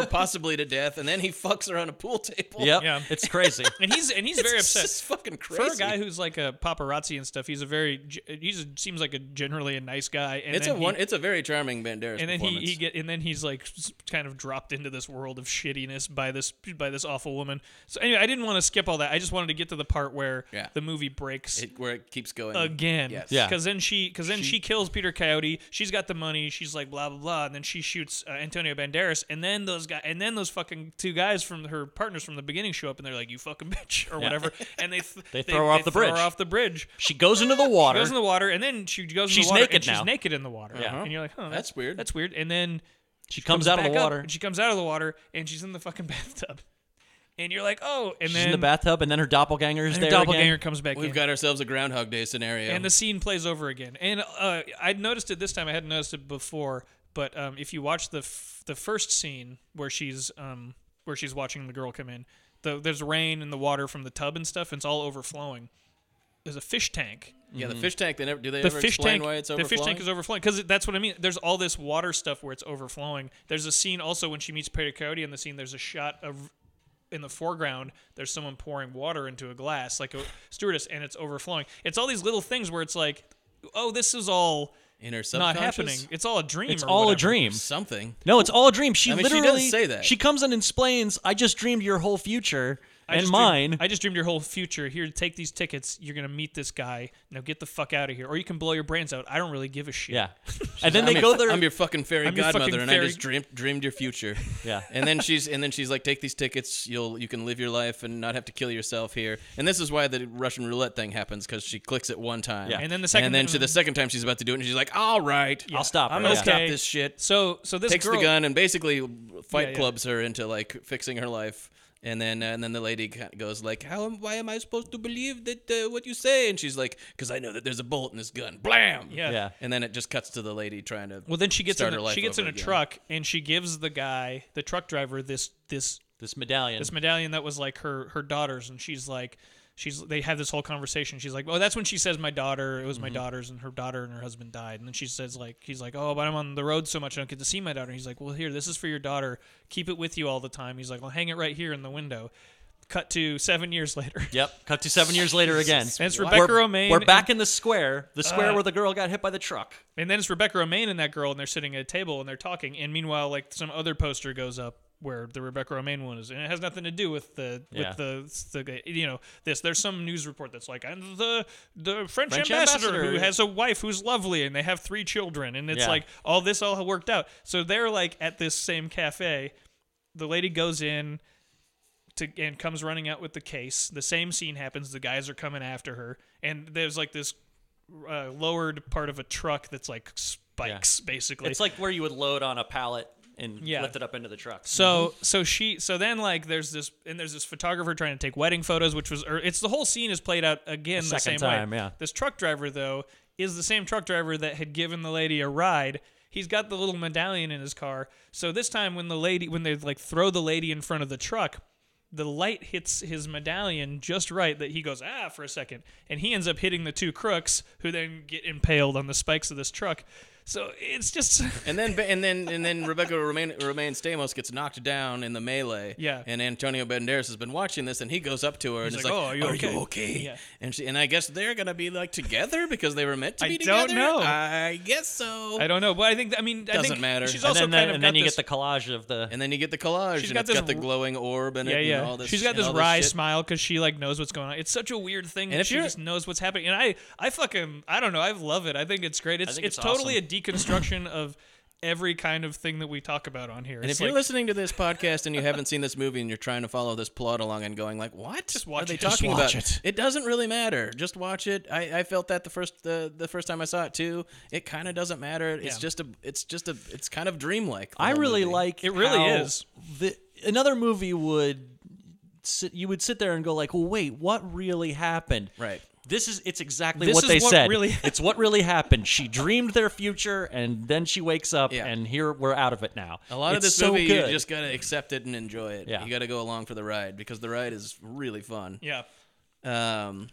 D: or possibly to death, and then he fucks her on a pool table.
C: Yep. It's crazy.
B: and he's and he's
D: It's
B: very upset.
D: just fucking
B: For a
D: crazy.
B: guy who's like a paparazzi and stuff, he's a very ge- he's a, seems like a generally a nice guy. And
D: it's a
B: then
D: one.
B: He,
D: It's a very charming Banderas.
B: and then he,
D: performance.
B: he get and then he's like s- kind of dropped into this world of shittiness by this by this awful woman. So anyway, I didn't want to skip all that. I just wanted to get to the part where
D: Yeah.
B: the movie breaks
D: It- where it keeps going
B: again.
D: Yes.
B: Because then she, because then she,
D: She-
B: kills Peter Coyote. She's got the money. She's like blah blah blah, and then she shoots uh, Antonio Banderas, and then those guys, and then those fucking two guys from her partners from the beginning show up, and they're like, "You fucking bitch" or
C: Yeah.
B: whatever, and they th-
C: They throw her off the
B: throw her
C: bridge.
B: off the bridge.
C: She goes into the water.
B: She goes in the water, and then she goes. in
C: She's
B: the water,
C: naked
B: and
C: now.
B: She's naked in the water.
C: Yeah.
B: And you're like, "Huh,
D: Uh-huh. That's weird.
B: That's weird." And then
C: She comes out of the
B: back up,
C: water.
B: and she comes out of the water, and she's in the fucking bathtub. And you're like, "Oh!" And
C: She's
B: then
C: in the bathtub and then her doppelganger is
B: and
C: there.
B: her doppelganger comes back
D: We've
B: in.
D: got ourselves a Groundhog Day scenario.
B: And the scene plays over again. And uh, I'd noticed it this time. I hadn't noticed it before. But um, if you watch the f- the first scene where she's um, where she's watching the girl come in, the, there's rain and the water from the tub and stuff, and it's all overflowing. There's a fish tank.
D: yeah, the fish tank. They never do. They
B: Mm-hmm. the
D: ever
B: fish
D: explain
B: tank.
D: why it's
B: the
D: overflowing?
B: fish tank is overflowing because that's what I mean. There's all this water stuff where it's overflowing. There's a scene also when she meets Peter Coyote in the scene. There's a shot of in the foreground. There's someone pouring water into a glass like a stewardess, and it's overflowing. It's all these little things where it's like, oh, this is all
D: in her
B: not
D: subconscious?
B: happening. It's all a dream.
C: It's
B: or
C: all a
B: whatever.
C: dream.
D: Something.
C: No, it's all a dream. She
D: I mean, she does
C: literally
D: say that.
C: She comes in and explains, "I just dreamed your whole future
B: I
C: and
B: just
C: mine."
B: Dreamed, I just dreamed your whole future. Here, take these tickets. You're gonna meet this guy. Now get the fuck out of here, or you can blow your brains out. I don't really give a shit.
C: Yeah.
B: She's
C: And then
B: like,
C: they
D: I'm
C: go
D: your,
C: there-
D: I'm your fucking fairy
B: I'm your
D: godmother,
B: fucking
D: and I
B: fairy-
D: just dreamed dreamed your future.
C: Yeah.
D: And then she's and then she's like, take these tickets. You'll you can live your life and not have to kill yourself here. And this is why the Russian roulette thing happens because she clicks it one time.
B: Yeah. And then the second-
D: and then she, the second time she's about to do it, and she's like, all right,
C: I'll stop
D: I'm
C: her,
D: gonna
C: yeah.
D: stop
B: Okay.
D: this shit.
B: So so this
D: takes
B: girl-
D: the gun and basically fight
B: Yeah, yeah.
D: clubs her into like fixing her life. And then, uh, and then the lady kind of goes like, "How? am- Why am I supposed to believe that uh, what you say?" And she's like, "Because I know that there's a bolt in this gun." Blam.
B: Yeah. Yeah.
D: And then it just cuts to the lady trying to.
B: Well, then she gets
D: start
B: in
D: her
B: a,
D: life
B: she gets in
D: over
B: a
D: again.
B: truck and she gives the guy, the truck driver, this this
C: This medallion.
B: This medallion that was like her her daughter's, and she's like, she's they have this whole conversation. She's like, oh, that's when she says my daughter. It was
D: Mm-hmm.
B: my
C: Mhm.
B: daughter's, and her daughter and her husband died. And then she says like, he's like, oh, but I'm on the road so much I don't get to see my daughter. He's like, well, here, this is for your daughter. Keep it with you all the time. He's like, I'll hang it right here in the window. Cut to seven years later.
C: Yep. Cut to seven years later again.
B: And it's Rebecca
C: we're,
B: Romaine
C: We're
B: and-
C: back in the square, the square
B: Uh,
C: where the girl got hit by the truck.
B: And then it's Rebecca Romaine and that girl, and they're sitting at a table and they're talking. And meanwhile, like some other poster goes up where the Rebecca Romaine one is, and it has nothing to do with the
C: Yeah.
B: with the, the you know this. There's some news report that's like and the the French,
C: French
B: ambassador, who
C: ambassador.
B: has a wife who's lovely, and they have three children, and it's
C: Yeah.
B: like all this all worked out. So they're like at this same cafe. The lady goes in. To, and comes running out with the case. The same scene happens. The guys are coming after her, and there's like this uh, lowered part of a truck that's like spikes, basically.
C: It's like where you would load on a pallet and
B: Yeah.
C: lift it up into the truck.
B: So so she so then like there's this and there's this photographer trying to take wedding photos, which was or it's the whole scene is played out again
C: The
B: the same
C: second time,
B: way.
C: yeah.
B: This truck driver though is the same truck driver that had given the lady a ride. He's got the little medallion in his car. So this time when the lady when they like throw the lady in front of the truck, the light hits his medallion just right that he goes ah for a second and he ends up hitting the two crooks who then get impaled on the spikes of this truck. So it's just
D: and then and then and then Rebecca Romaine, Romaine Stamos gets knocked down in the melee.
B: Yeah.
D: And Antonio Banderas has been watching this, and he goes up to her
B: He's
D: and
B: like,
D: is like,
B: "Oh, are you okay?"
D: okay?"
B: Yeah.
D: And she and I guess they're gonna be like together because they were meant to
B: I
D: be
B: don't
D: together.
B: know.
D: I guess so.
B: I don't know, but I think I mean I
D: Doesn't
B: think
D: matter.
B: She's
D: And
B: also kind
D: then the-
B: of
D: and
B: got
D: then you
B: this,
D: get
C: the collage of the
D: And then you get the collage,
B: She's
D: and
B: got
D: it's
B: this
D: got the
B: r-
D: glowing orb in
B: yeah
D: it,
B: yeah.
D: and all this.
B: she's got
D: and
B: this
D: all this
B: wry
D: shit.
B: smile because she like knows what's going on. It's such a weird thing.
D: And
B: that
D: if
B: she
D: you're-
B: just knows what's happening, and I I fucking I don't know. I love it. I think it's great. It's
D: think
B: it's,
D: it's
B: totally
D: awesome.
B: a deconstruction of every kind of thing that we talk about on here.
D: And
B: It's
D: if you're
B: like,
D: listening to this podcast and you haven't seen this movie and you're trying to follow this plot along and going like, "What
B: watch
D: are they
B: it. Just
D: talking
B: watch
D: about?"
B: it.
D: doesn't really matter. Just watch it. I, I felt that the first the, the first time I saw it too. It kind of doesn't matter. It's
B: Yeah.
D: just a it's just a it's kind of dreamlike. the
C: I
D: whole
C: really
D: movie.
C: like
B: It really
C: how
B: is.
C: The, another movie would sit, you would sit there and go like, well, wait, what really happened?
D: Right.
C: This is it's exactly
B: This
C: what
B: is
C: they
B: what
C: said.
B: really-
C: it's what really happened. She dreamed their future, and then she wakes up, and here we're out of it now.
D: A lot of
C: It's
D: this
C: so
D: movie,
C: good.
D: you just gotta accept it and enjoy it.
C: Yeah.
D: You gotta go along for the ride because the ride is really fun.
B: Yeah.
D: Um,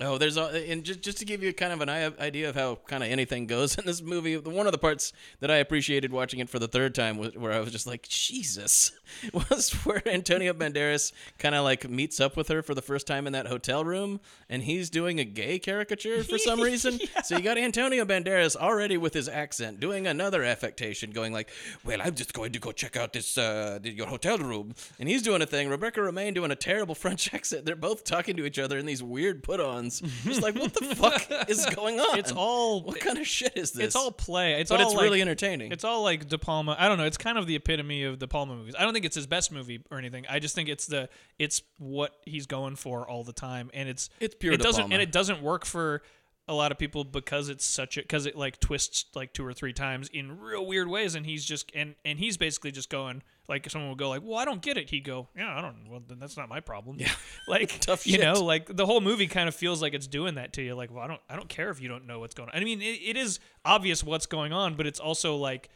D: oh, there's a, and just just to give you kind of an i- idea of how kind of anything goes in this movie. the- One of the parts that I appreciated watching it for the third time was where I was just like, Jesus, was where Antonio Banderas kind of like meets up with her for the first time in that hotel room, and he's doing a gay caricature for some reason. So you got Antonio Banderas already with his accent doing another affectation, going like, "Well, I'm just going to go check out this uh, th- your hotel room," and he's doing a thing. Rebecca Romaine doing a terrible French accent. They're both talking to each other in these weird put-ons. Just like, what the fuck is going on?
B: It's all
D: what kind of shit is this?
B: It's all play. It's
D: but
B: all
D: it's
B: like-
D: really entertaining.
B: It's all like De Palma. I don't know. It's kind of the epitome of De Palma movies. I don't think it's his best movie or anything. I just think it's the it's what he's going for all the time, and it's
D: It's pure
B: It
D: De
B: doesn't
D: Palma.
B: and it doesn't work for a lot of people because it's such a because it like twists like two or three times in real weird ways, and he's just and and he's basically just going like someone will go like, well, I don't get it. He'd go, yeah, I don't. Well, then that's not my problem. Yeah, like
D: Tough
B: You know,
D: shit.
B: like the whole movie kind of feels like it's doing that to you. Like, well, I don't, I don't care if you don't know what's going on. I mean, it, it is obvious what's going on, but it's also like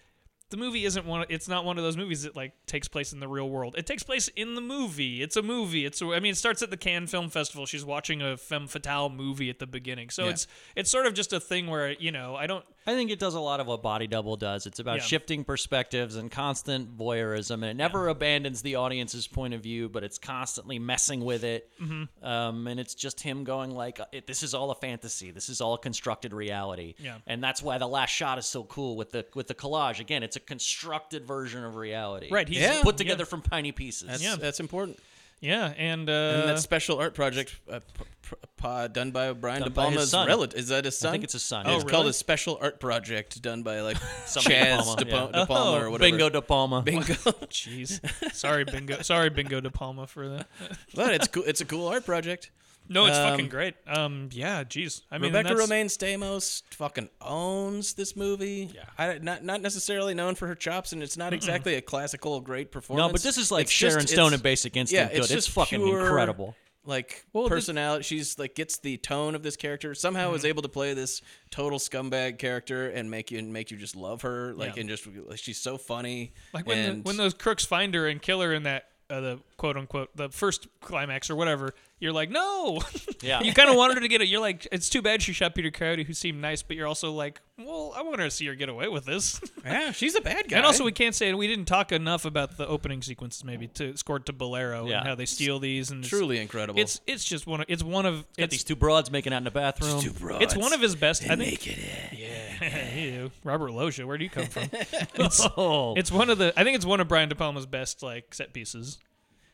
B: the movie isn't one. It's not one of those movies that like takes place in the real world. It takes place in the movie. It's a movie. It's. a- I mean, it starts at the Cannes Film Festival. She's watching a femme fatale movie at the beginning, so
C: Yeah.
B: it's it's sort of just a thing where you know I don't.
C: I think it does a lot of what Body Double does. It's about
B: Yeah.
C: shifting perspectives and constant voyeurism, and it never abandons the audience's point of view, but it's constantly messing with it.
B: Mhm.
C: Um, and it's just him going like, uh, it, "This is all a fantasy. This is all a constructed reality."
B: Yeah.
C: And that's why the last shot is so cool with the with the collage. Again, it's a constructed version of reality.
B: Right, he's-
C: It's
B: Yeah.
C: put together
B: yeah.
C: from tiny pieces.
D: That's, that's important.
B: Yeah, and uh,
D: and that special art project uh, p- p- pa- done by Brian
C: Done
D: De
C: by his
D: Palma's
C: son.
D: relative. Is that his
C: I
D: son?
C: think it's his son,
D: It's
C: yeah. Oh,
D: called
C: really?
D: a special art project done by like
C: Somebody
D: Chaz
C: De Palma,
D: De, Pa-
C: yeah.
D: De Palma or
C: Oh,
D: whatever.
C: Bingo De Palma.
D: Bingo.
B: Jeez, sorry, Bingo. Sorry, Bingo De Palma for that.
D: but it's cool. It's a cool art project.
B: No, it's
D: Um,
B: fucking great. Um, yeah, jeez. I mean,
D: Rebecca
B: that's-
D: Romaine Stamos fucking owns this movie. Yeah, I, not not necessarily known for her chops, and it's not
C: Mm-mm.
D: exactly a classical great performance.
C: No, but this is like
D: It's
C: Sharon
D: just-
C: Stone
D: it's-
C: in Basic Instinct.
D: Yeah,
C: good.
D: it's, just
C: fucking
D: pure,
C: incredible.
D: Like
C: Well, this-
D: personality, she's like gets the tone of this character. Somehow is able to play this total scumbag character and make you and make you just love her. Like
B: Yeah.
D: and just like, she's so funny.
B: Like when the,
D: and
B: when those crooks find her and kill her in that uh, the quote unquote the first climax or whatever, you're like, no.
C: Yeah.
B: you kind of wanted her to get it. You're like, it's too bad she shot Peter Coyote, who seemed nice, but you're also like, well, I want her to see her get away with this.
D: yeah, she's a bad guy.
B: And also, we can't say we didn't talk enough about the opening sequences, maybe to scored to Bolero
C: Yeah.
B: and how they steal these and it's-
D: Truly incredible.
B: It's it's just one. Of, it's one of
C: Got
B: it's,
C: these two broads making out in the bathroom.
D: two broads.
B: It's one of his best. I
D: They
B: think.
D: make it
B: Yeah, Ew. Robert Loggia. Where do you come from? it's,
C: Oh.
B: it's one of the. I think it's one of Brian De Palma's best like set pieces.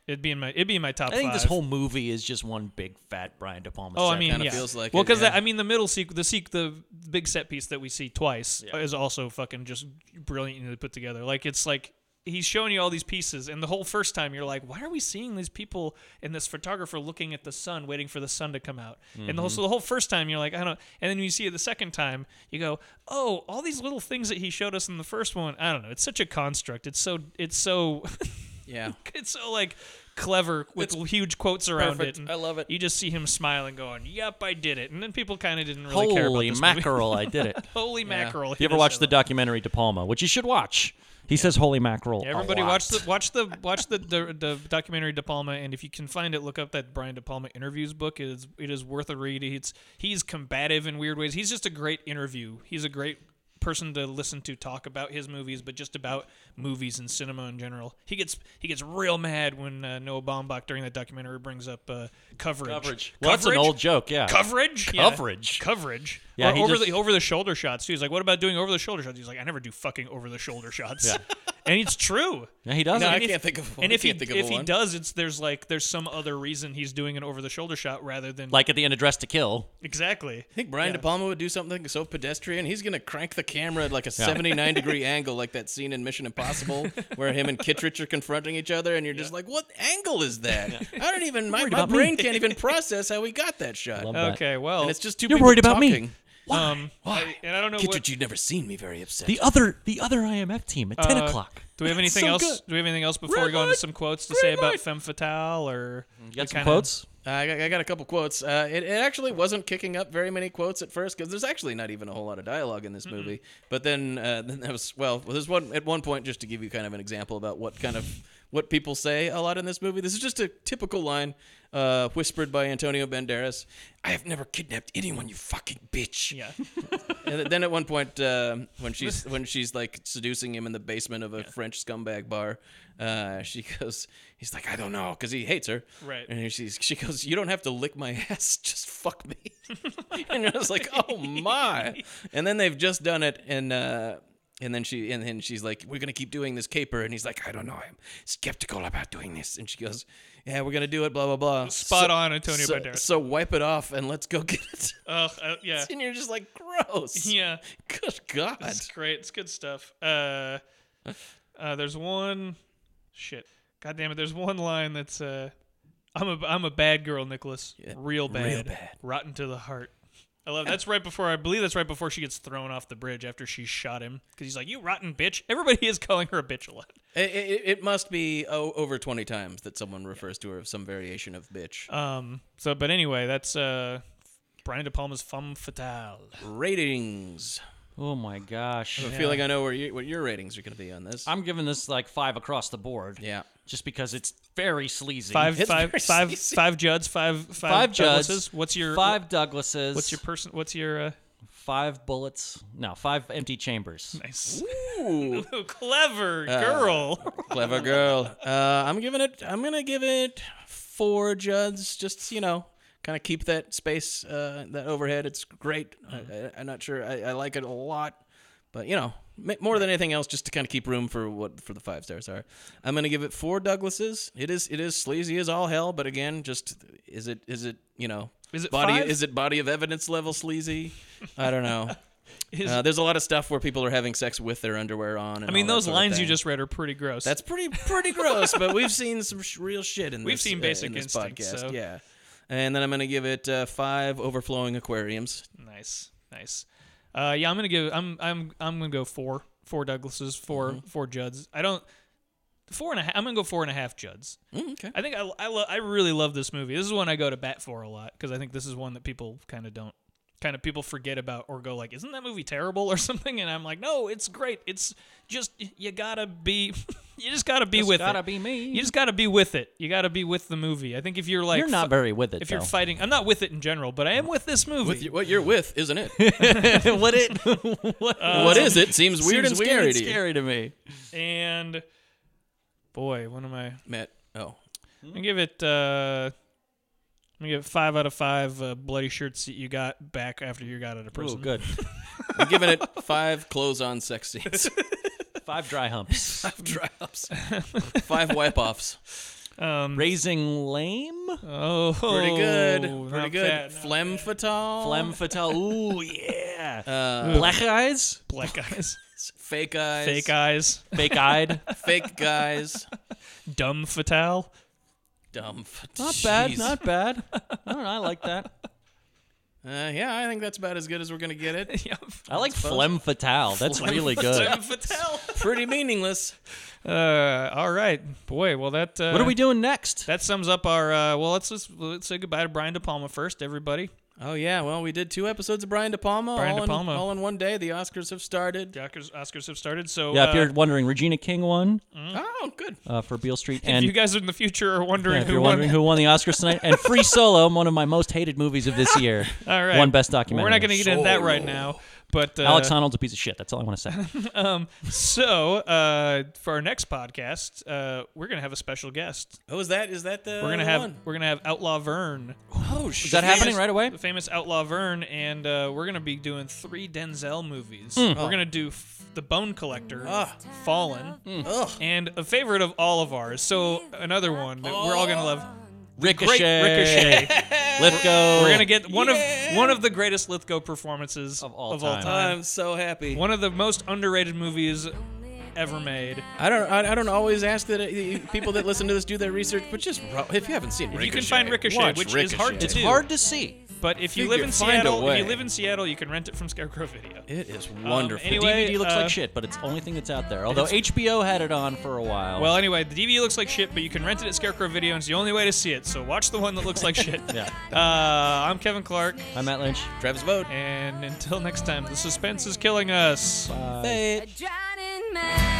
B: It'd be in my. It'd be in my top.
C: I think this
B: five.
C: whole movie is just one big fat Brian De Palma.
B: Oh, I
C: set
B: mean,
C: piece.
B: yeah. well, because I mean, the middle sequ- the sequ- the big set piece that we see twice is also fucking just brilliantly put together. Like it's like he's showing you all these pieces, and the whole first time you're like, why are we seeing these people and this photographer looking at the sun, waiting for the sun to come out? And the whole
C: Mhm.
B: so the whole first time you're like, I don't. And then you see it the second time, you go, oh, all these little things that he showed us in the first one. I don't know. It's such a construct. It's so. It's so.
D: Yeah.
B: it's so like clever with huge quotes around
D: perfect.
B: it. and
D: I love it.
B: You just see him smiling, going, "Yep, I did it." And then people kind of didn't really care about
C: Holy
B: this movie.
C: mackerel, I did it.
B: Holy mackerel!
C: You ever watch the documentary De Palma, which you should watch? He says holy mackerel. a
B: Everybody
C: lot.
B: watch the watch the watch the, the the documentary De Palma, and if you can find it, look up that Brian De Palma interviews book. It is it is worth a read. It's he's combative in weird ways. He's just a great interview. He's a great person to listen to talk about his movies, but just about movies and cinema in general. He gets he gets real mad when uh, Noah Baumbach during that documentary brings up uh, coverage.
C: Coverage. Well, that's an old joke, yeah.
B: Coverage.
C: Coverage.
B: Yeah. Coverage.
C: Yeah,
B: Or
C: he
B: over
C: just-
B: the over the shoulder shots too. He's like, what about doing over the shoulder shots? He's like, I never do fucking over the shoulder shots.
C: Yeah.
B: and it's true.
C: Yeah, he doesn't.
B: And
C: I
B: if-
C: can't think of one.
B: And
C: I
B: if he
C: can't think of
B: if he
C: one.
B: does, it's there's like there's some other reason he's doing an over the shoulder shot rather than
C: Like at the end of Dress to Kill.
B: exactly.
D: I think Brian
B: Yeah.
D: De Palma would do something so pedestrian. He's gonna crank the camera at like a
C: Yeah.
D: 79 degree angle, like that scene in Mission Impossible where him and Kittredge are confronting each other, and you're just like, "What angle is that? I don't even my, my
B: about me.
D: brain can't even process how we got that shot."
C: that.
B: Okay, well,
D: and it's just too.
C: You're worried about me.
B: Why? Um, I, and I don't know
D: Kittredge,
B: what.
D: you've never seen me very upset.
C: The other the other IMF team at ten
B: uh,
C: o'clock.
B: Do we have anything
C: So
B: else?
C: good.
B: Do we have anything else before we go into some quotes to say about femme fatale or
C: You Mm, got
B: the
C: some
B: kinda-
C: quotes?
D: Uh, I, got, I got a couple quotes. Uh, it, it actually wasn't kicking up very many quotes at first because there's actually not even a whole lot of dialogue in this movie. But then, uh, then that was well. There's one at one point just to give you kind of an example about what kind of what people say a lot in this movie. This is just a typical line uh, whispered by Antonio Banderas. I have never kidnapped anyone, you fucking bitch.
B: Yeah.
D: and then at one point um when she's when she's like seducing him in the basement of a French scumbag bar, uh, she goes, he's like, I don't know, because he hates her.
B: Right.
D: And she's, she goes, You don't have to lick my ass. Just fuck me. and I was like, Oh my. And then they've just done it. And, uh, and then she and then she's like, "We're gonna keep doing this caper," and he's like, "I don't know, I'm skeptical about doing this." And she goes, "Yeah, we're gonna do it." Blah blah blah.
B: Spot on, Antonio
D: so,
B: Banderas.
D: So wipe it off and let's go get it.
B: Ugh, uh, yeah.
D: And you're just like, gross.
B: Yeah.
D: Good God.
B: It's great. It's good stuff. Uh, uh, there's one. Shit. God damn it. There's one line that's. Uh, I'm a I'm a bad girl, Nicholas. Real bad.
D: bad.
B: Rotten to the heart. I love that's right before I believe that's right before she gets thrown off the bridge after she shot him because he's like you rotten bitch. Everybody is calling her a bitch a lot.
D: It, it, it must be o- over 20 times that someone refers to her as some variation of bitch.
B: Um. So, but anyway, that's uh, Brian De Palma's femme fatale.
D: Ratings.
C: Oh my gosh.
D: I feel like I know where you, what your ratings are going to be on this.
C: I'm giving this like five across the board.
D: Yeah.
C: Just because it's very sleazy.
B: Five,
C: It's
B: five,
C: very
B: five,
C: sleazy.
B: five Judds, five, five,
C: Five Judds,
B: Douglases. What's your
C: five Douglases.
B: What's your person? What's your uh,
C: five bullets? No, five empty chambers.
B: nice?
D: Ooh.
B: Ooh, clever
D: Uh,
B: girl.
D: Clever girl. Uh, I'm giving it. I'm gonna give it four Juds. Just you know, kind of keep that space, uh, that overhead. It's great.
B: Mm-hmm.
D: I, I, I'm not sure. I, I like it a lot, but you know, ma- more than anything else, just to kind of keep room for what for the five stars are. I'm gonna give it four Douglases. It is it is sleazy as all hell, but again, just is it is it you know.
B: Is it
D: body?
B: five?
D: Is it body of evidence level sleazy? I don't know.
B: Is-
D: uh, there's a lot of stuff where people are having sex with their underwear on. And
B: I mean,
D: all that
B: those
D: sort of
B: lines you
D: thing.
B: just read are pretty gross.
D: That's pretty pretty gross, but we've seen some sh- real shit in
B: We've
D: this.
B: seen
D: uh,
B: Basic
D: in this
B: Instinct,
D: podcast.
B: so-
D: Yeah, and then I'm gonna give it uh, five overflowing aquariums.
B: nice, nice. Uh, yeah, I'm gonna give. I'm I'm I'm gonna go four, four Douglases, 4
D: Mm-hmm.
B: four Judds. I don't four and a half. I'm gonna go four and a half Judds.
D: Mm, okay.
B: I think I I, lo- I really love this movie. This is one I go to bat for a lot because I think this is one that people kind of don't. kind of people forget about or go like, "Isn't that movie terrible?" or something, and I'm like, "No, it's great. It's just you gotta be, you just gotta be
C: Just
B: with it.
C: gotta be me.
B: You just gotta be with it. You gotta be with the movie. I think if you're like,
C: You're not very with it,
B: If you're
C: though.
B: fighting, I'm not with it in general, but I am with this movie.
D: With your, what you're with, isn't it?
C: what it?
D: what is it? Seems weird and scary to you.
C: scary to me.
B: And boy, what am I?
D: Matt. Oh,
B: I give it. uh I give it five out of five uh, bloody shirts that you got back after you got out of prison.
C: good.
D: I'm giving it five clothes-on sex scenes,
C: Five dry humps.
D: five dry ups, five wipe-offs.
B: Um,
C: Raising lame.
B: Oh,
D: Pretty good.
B: Oh,
D: Pretty
B: not
D: good.
B: bad, not
D: Phlegm fatale.
C: Phlegm fatale. Ooh yeah.
D: Uh,
C: Black eyes.
B: Black eyes.
D: Fake eyes.
B: Fake eyes.
C: Fake eyed.
D: Fake guys.
B: Dumb fatale.
D: Dumb fatale.
C: Not bad. Not bad. I don't know. I like that.
D: Uh, yeah, I think that's about as good as we're gonna get it.
C: I like phlegm fatale. That's
D: Phlegm
C: really
D: fatale.
C: good.
D: Pretty meaningless.
B: Uh, all right, boy. Well, that. Uh,
C: What are we doing next?
B: That sums up our. Uh, well, let's, let's let's say goodbye to Brian De Palma first, everybody.
D: Oh yeah, well we did two episodes of Brian De Palma.
B: Brian
D: all
B: De Palma.
D: In, all in one day. The Oscars have started.
B: The Oscars, Oscars have started, so
C: Yeah, if
B: uh,
C: you're wondering, Regina King won
D: Oh, good.
C: uh, for Beale Street,
B: if
C: and
B: you guys in the future are
C: Yeah,
B: wondering
C: if
B: who
C: you're wondering
B: won,
C: who won the Oscars tonight, and Free Solo, one of my most hated movies of this year,
B: all right,
C: won Best Documentary.
B: We're not going to get into that right now, but uh,
C: Alex Honnold's a piece of shit. That's all I want to say.
B: um, so uh, for our next podcast, uh, we're going to have a special guest.
D: Oh, is that is that the
B: we're gonna have
D: one?
B: we're gonna have Outlaw Vern.
D: Oh shit.
C: that happening right away?
B: The famous Outlaw Vern, and uh, we're gonna be doing three Denzel movies.
C: Mm.
B: We're gonna do f- the Bone Collector,
D: Hmm. Ah.
B: Fallen,
D: Ugh.
B: and a favorite of all of ours. So another one that we're all gonna love.
C: Ricochet.
B: Ricochet.
C: Lithgow.
B: We're gonna get one of one of the greatest Lithgow performances of
C: all time.
D: I'm so happy.
B: One of the most underrated movies ever made.
D: I don't. I, I don't always ask that uh, people that listen to this do their research, but just ro- if you haven't seen,
B: If
D: Ricochet,
B: you can find Ricochet,
D: watch
B: which is
D: Ricochet.
B: hard to
D: It's
B: do.
C: Hard to see.
B: But if you
D: Figure,
B: live in
D: find a
B: Seattle, if
D: way.
B: you live in Seattle, you can rent it from Scarecrow Video.
D: It is
B: Um,
D: wonderful.
C: The
B: anyway,
C: DVD looks
B: uh,
C: like shit, but it's the only thing that's out there. Although HBO had it on for a while.
B: Well, anyway, the DVD looks like shit, but you can rent it at Scarecrow Video, and it's the only way to see it. So watch the one that looks like shit.
C: Yeah.
B: Uh, I'm Kevin Clark,
C: I'm Matt Lynch.
D: Travis Vote.
B: and until next time, the suspense is killing us.
C: Bye.
D: Hey.
O: A drowning man.